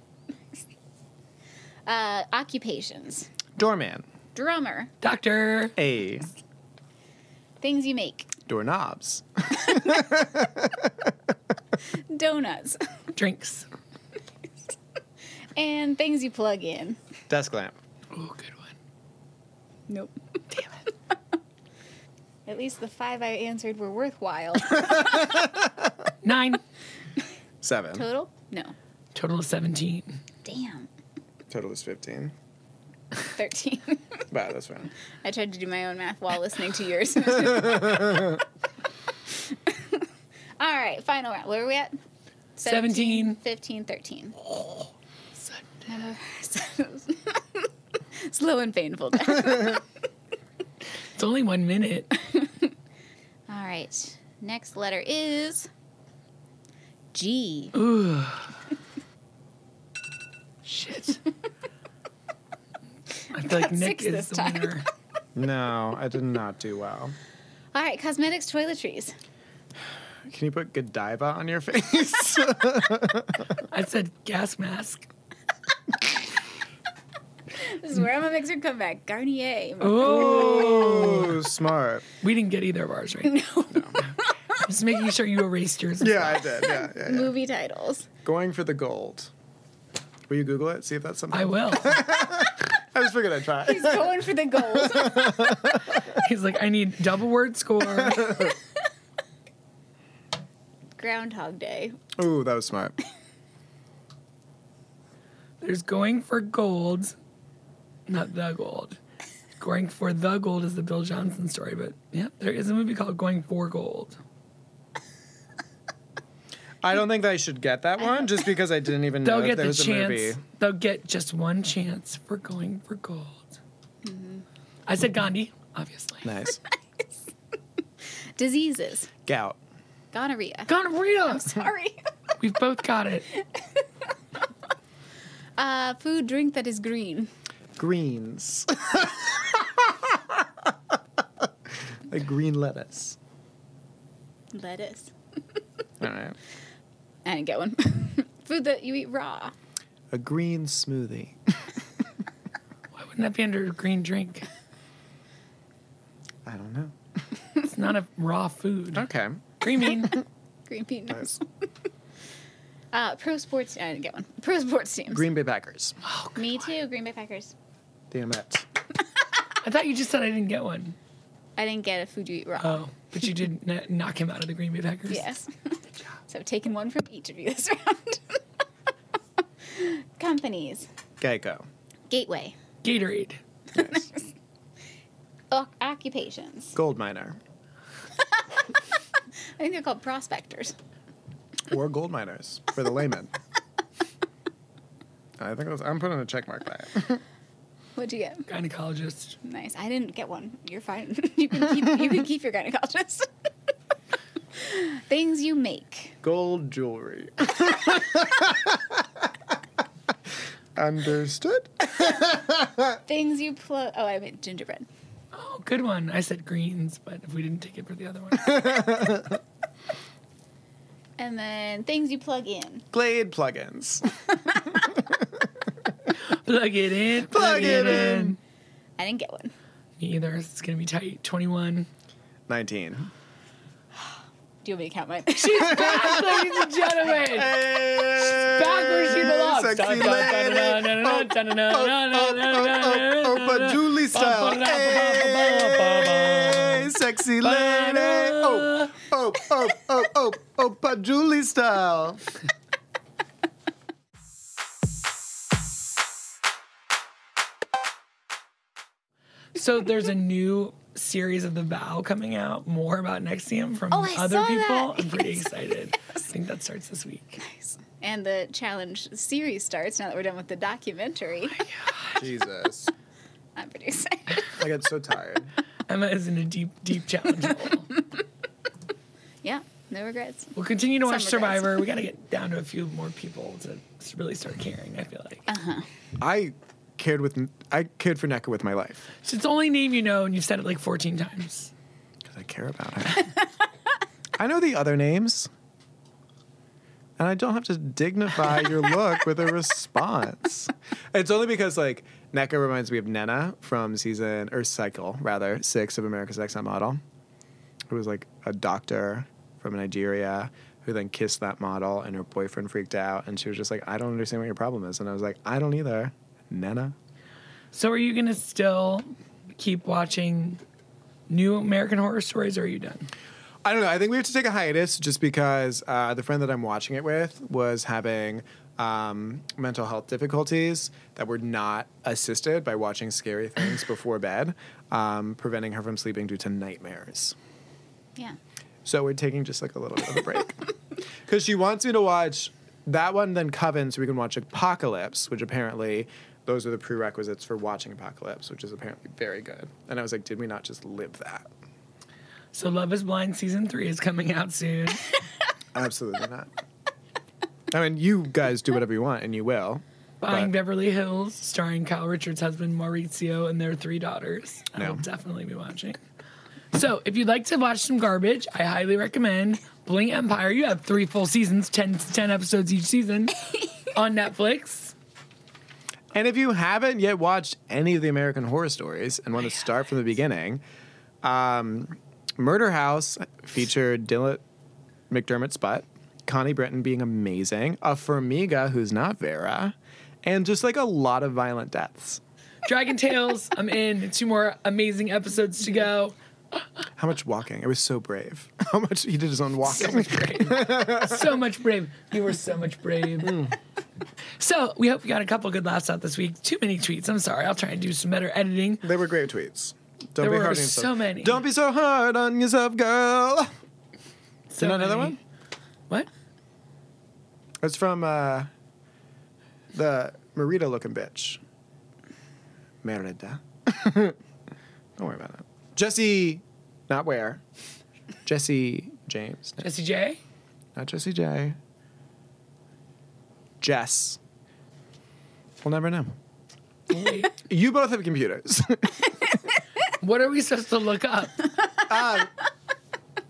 S4: Uh, occupations.
S1: Doorman.
S4: Drummer.
S3: Doctor.
S1: A.
S4: Things you make.
S1: Doorknobs. (laughs)
S4: Donuts. (laughs)
S3: Drinks.
S4: And things you plug in.
S1: Desk lamp.
S3: Oh, good one.
S4: Nope. Damn it. (laughs) At least the five I answered were worthwhile.
S3: Nine. (laughs)
S1: Seven.
S4: (laughs) Total? No.
S3: Total of 17.
S4: Damn.
S1: Total is fifteen.
S4: 13.
S1: Wow, that's fine.
S4: (laughs) I tried to do my own math while listening to (laughs) yours. All right, final round. Where are we at?
S3: 17.
S4: 15, 13. Remember- (laughs) Slow and painful. death.
S1: (laughs)
S3: It's only one
S4: (laughs)
S3: minute.
S4: All right. Next letter is G.
S3: Ooh.
S4: (laughs)
S3: Shit. I feel like
S4: Got
S3: Nick
S4: six
S3: is
S4: this
S3: the
S4: time.
S3: winner.
S1: No, I did not do well.
S4: All right, cosmetics, toiletries.
S1: Can you put Godiva on your (laughs)
S4: (laughs)
S1: face?
S3: I said gas mask.
S4: This is where I'm gonna make your comeback. Garnier. (laughs)
S3: Oh.
S1: oh, smart.
S3: We didn't get either of ours, right? No. Just making sure you erased yours.
S1: Yeah, I did. Yeah, yeah, yeah.
S4: Movie titles.
S1: (laughs) Going for the gold. Will you Google it? See if that's something.
S3: I
S4: (laughs)
S3: will.
S1: I just figured I'd
S3: (laughs)
S1: try.
S4: He's going for the
S1: (laughs)
S4: gold.
S3: He's like, I need double word score.
S4: Groundhog Day.
S1: Ooh, that was smart.
S3: There's going for gold, not the gold. Going for the gold is the Bill Johnson story, but yeah, there is a movie called Going for Gold.
S1: I don't think that I should get that one just because I didn't
S3: (laughs)
S1: even know if
S3: They'll get
S1: there
S3: the
S1: was a movie.
S3: chance. They'll get just one chance for going for gold. I said Gandhi, obviously.
S1: Nice.
S4: Diseases.
S1: Gout.
S4: Gonorrhea.
S3: Gonorrhea.
S4: Sorry.
S3: We've both got it.
S4: (laughs) Uh, food, drink that is green.
S1: Greens. (laughs) like green lettuce.
S4: Lettuce.
S1: All right.
S4: I didn't get one. (laughs) food that you eat raw.
S1: A green smoothie.
S3: Why wouldn't that be under a green drink?
S1: I don't know.
S3: It's not a raw food.
S1: Okay.
S3: Creaming.
S4: Green peanuts.
S1: Nice.
S4: Uh, pro sports. I didn't get one. Pro sports teams.
S1: Green Bay Packers.
S4: Me too. Green Bay Packers.
S1: Damn it.
S3: I thought you just said I didn't get one.
S4: I didn't get a food you eat raw.
S3: Oh, but you did kn- knock him out of the Green Bay Packers. (laughs)
S4: Yes. so I've taken one from each of you this (laughs) round. Companies.
S1: Geico.
S4: Gateway.
S3: Gatorade.
S1: Yes.
S4: Oc occupations.
S1: Gold miner.
S4: I think they're called prospectors.
S1: Or gold miners for the
S3: (laughs)
S1: layman. I think it was, I'm putting a check mark by it.
S4: What'd you get?
S3: Gynecologist.
S4: Nice. I didn't get one. You're fine. (laughs) you can keep. You can keep your gynecologist. (laughs) Things you make.
S1: Gold jewelry. (laughs) Understood.
S4: Things you plug. Oh, I meant gingerbread.
S3: Oh, good one. I said greens, but if we didn't take it for the other one. (laughs)
S4: And then things you plug in.
S1: Glade plugins.
S3: plug it in. Plug,
S1: it in.
S4: I didn't get one.
S3: Me either. It's going to be
S1: (laughs)
S3: tight. 21.
S1: 19.
S4: Do you want me to count mine?
S3: She's back, ladies and gentlemen. Back where she belongs.
S1: Sexy
S3: Dun, dun, dun, dun, dun, dun, dun, dun, dun, dun, dun, dun,
S1: Opa
S3: dun, dun, dun, dun.
S1: Julie style. Hey, sexy lady. Oh, oh, oh, oh, oh, Opa Julie style.
S3: So there's a new series of The Vow coming out, more about Nexium from
S4: Oh, I
S3: other
S4: saw
S3: people.
S4: that. (laughs)
S3: I'm pretty excited. I think that starts this week.
S4: and the challenge series starts now that we're done with the documentary.
S1: Jesus.
S4: I'm pretty (laughs) excited.
S1: I got so tired.
S3: Emma is in a deep, deep challenge. hole.
S4: yeah, no regrets.
S3: We'll continue to watch
S4: Some regrets.
S3: Survivor. We got to get down to a few more people to s- really start caring, I feel like.
S1: I cared with I cared for NECA with my life
S3: So it's the only name you know, and you've said it like 14 times.
S1: because I care about her. (laughs) I know the other names, and I don't have to dignify your look with a response. It's only because like NECA reminds me of Nena from season or cycle rather six of America's Next Top Model, who was like a doctor from Nigeria. Who then kissed that model and her boyfriend freaked out and she was just like, I don't understand what your problem is. And I was like, I don't either. Nena.
S3: So are you going to still keep watching new American Horror Stories, or are you done?
S1: I don't know. I think we have to take a hiatus just because uh, the friend that I'm watching it with was having um, mental health difficulties that were not assisted by watching scary things before bed, um, preventing her from sleeping due to nightmares.
S4: Yeah.
S1: So we're taking just like a little bit of a break because she wants me to watch that one, then Coven, so we can watch Apocalypse, which apparently those are the prerequisites for watching Apocalypse, which is apparently very good. And I was like, did we not just live that?
S3: So Love is Blind season three is coming out soon.
S1: Absolutely not. I mean, you guys do whatever you want, and you will.
S3: Buying
S1: But-
S3: Beverly Hills, starring Kyle Richards' husband Maurizio and their three daughters.
S1: No.
S3: I'll definitely be watching. So, if you'd like to watch some garbage, I highly recommend Bling Empire. You have three full seasons, 10, 10 episodes each season on Netflix.
S1: And if you haven't yet watched any of the American Horror Stories and want to start from the beginning, um, Murder House featured Dylan McDermott's butt, Connie Britton being amazing, a Formiga who's not Vera, and just like a lot of violent deaths.
S3: Dragon Tales, I'm in. Two more amazing episodes to go.
S1: How much walking? It was so brave. (laughs) How much he did his own walking.
S3: So much brave. so much brave. You were so much brave. (laughs) So, we hope you got a couple good laughs out this week. Too many tweets. I'm sorry. I'll try and do some better editing.
S1: They were great tweets. Don't
S3: There
S1: be
S3: were
S1: hard on
S3: so
S1: yourself.
S3: many.
S1: Don't be so hard on yourself, girl.
S3: So
S1: you know another
S3: many-
S1: one?
S3: What?
S1: It's from uh, the Merida looking bitch. Merida. (laughs) Don't worry about it. Jesse, not where. Jesse James. No,
S3: Jesse E J?
S1: Not Jesse J. Jess. We'll never know.
S3: Wait,
S1: You both have computers.
S3: what are we supposed to look up?
S1: (laughs) um,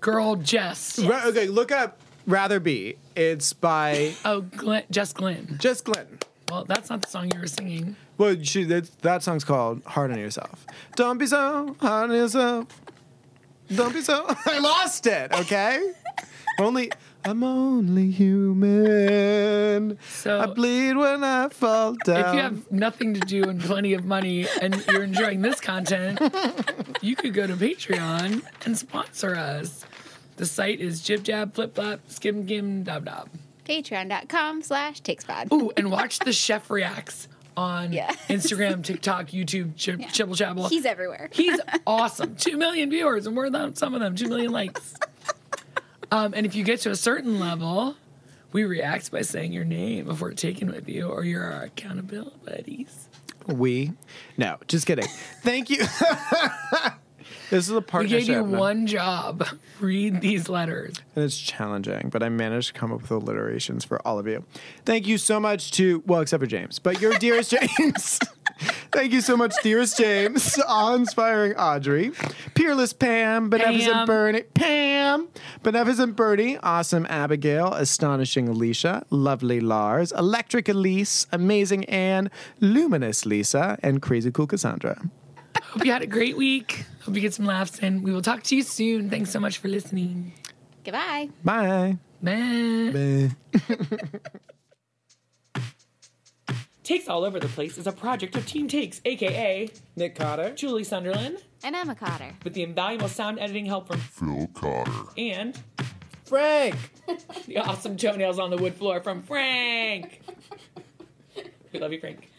S3: Girl Jess.
S1: ra- okay, look up Rather Be. It's by
S3: Oh, Glenn, Jess Glenn.
S1: Jess Glenn.
S3: Well, that's not the song you were singing.
S1: Well, she, that, that song's called Hard on Yourself. Don't be so hard on (laughs) yourself. Don't be so. I lost it, okay? (laughs) Only, I'm only human.
S3: So-
S1: I bleed when I fall down.
S3: If you have nothing to do and plenty of money and you're enjoying this content, you could go to Patreon and sponsor us. The site is jib jab flip flop skim gim dob dob.
S4: Patreon.com slash takespod.
S3: Ooh, and watch the chef reacts on
S4: Yeah. (laughs)
S3: Instagram, TikTok, YouTube, ch- Chibble Chabble.
S4: He's everywhere. (laughs)
S3: He's awesome. Two million viewers, and we're the, some of them. Two million likes. Um, and if you get to a certain level, we react by saying your name if we're taken with you, or you're our accountability buddies.
S1: we, no, just kidding. Thank you. (laughs) this is a
S3: We
S1: partnership.
S3: gave you
S1: and I'm-
S3: one job: read these letters.
S1: And it's challenging, but I managed to come up with alliterations for all of you. Thank you so much to, well, except for James, but your dearest (laughs) James. Thank you so much, dearest James, awe-inspiring Audrey, peerless Pam, beneficent
S3: Pam.
S1: Bernie, Pam, beneficent Bernie, awesome Abigail, astonishing Alicia, lovely Lars, electric Elise, amazing Anne, luminous Lisa, and crazy cool Cassandra.
S3: Hope you had a great week. Hope you get some laughs in. We will talk to you soon. Thanks so much for listening.
S4: Goodbye.
S1: Bye.
S3: Bye.
S1: Bye.
S3: Takes All Over the Place is a project of Team Takes, aka
S1: Nick Cotter.
S3: Julie Sunderland,
S4: And I'm a cotter.
S3: with the invaluable sound editing help from
S5: Phil Cotter.
S3: and
S1: Frank.
S3: the awesome toenails on the wood floor from Frank. we love you, Frank.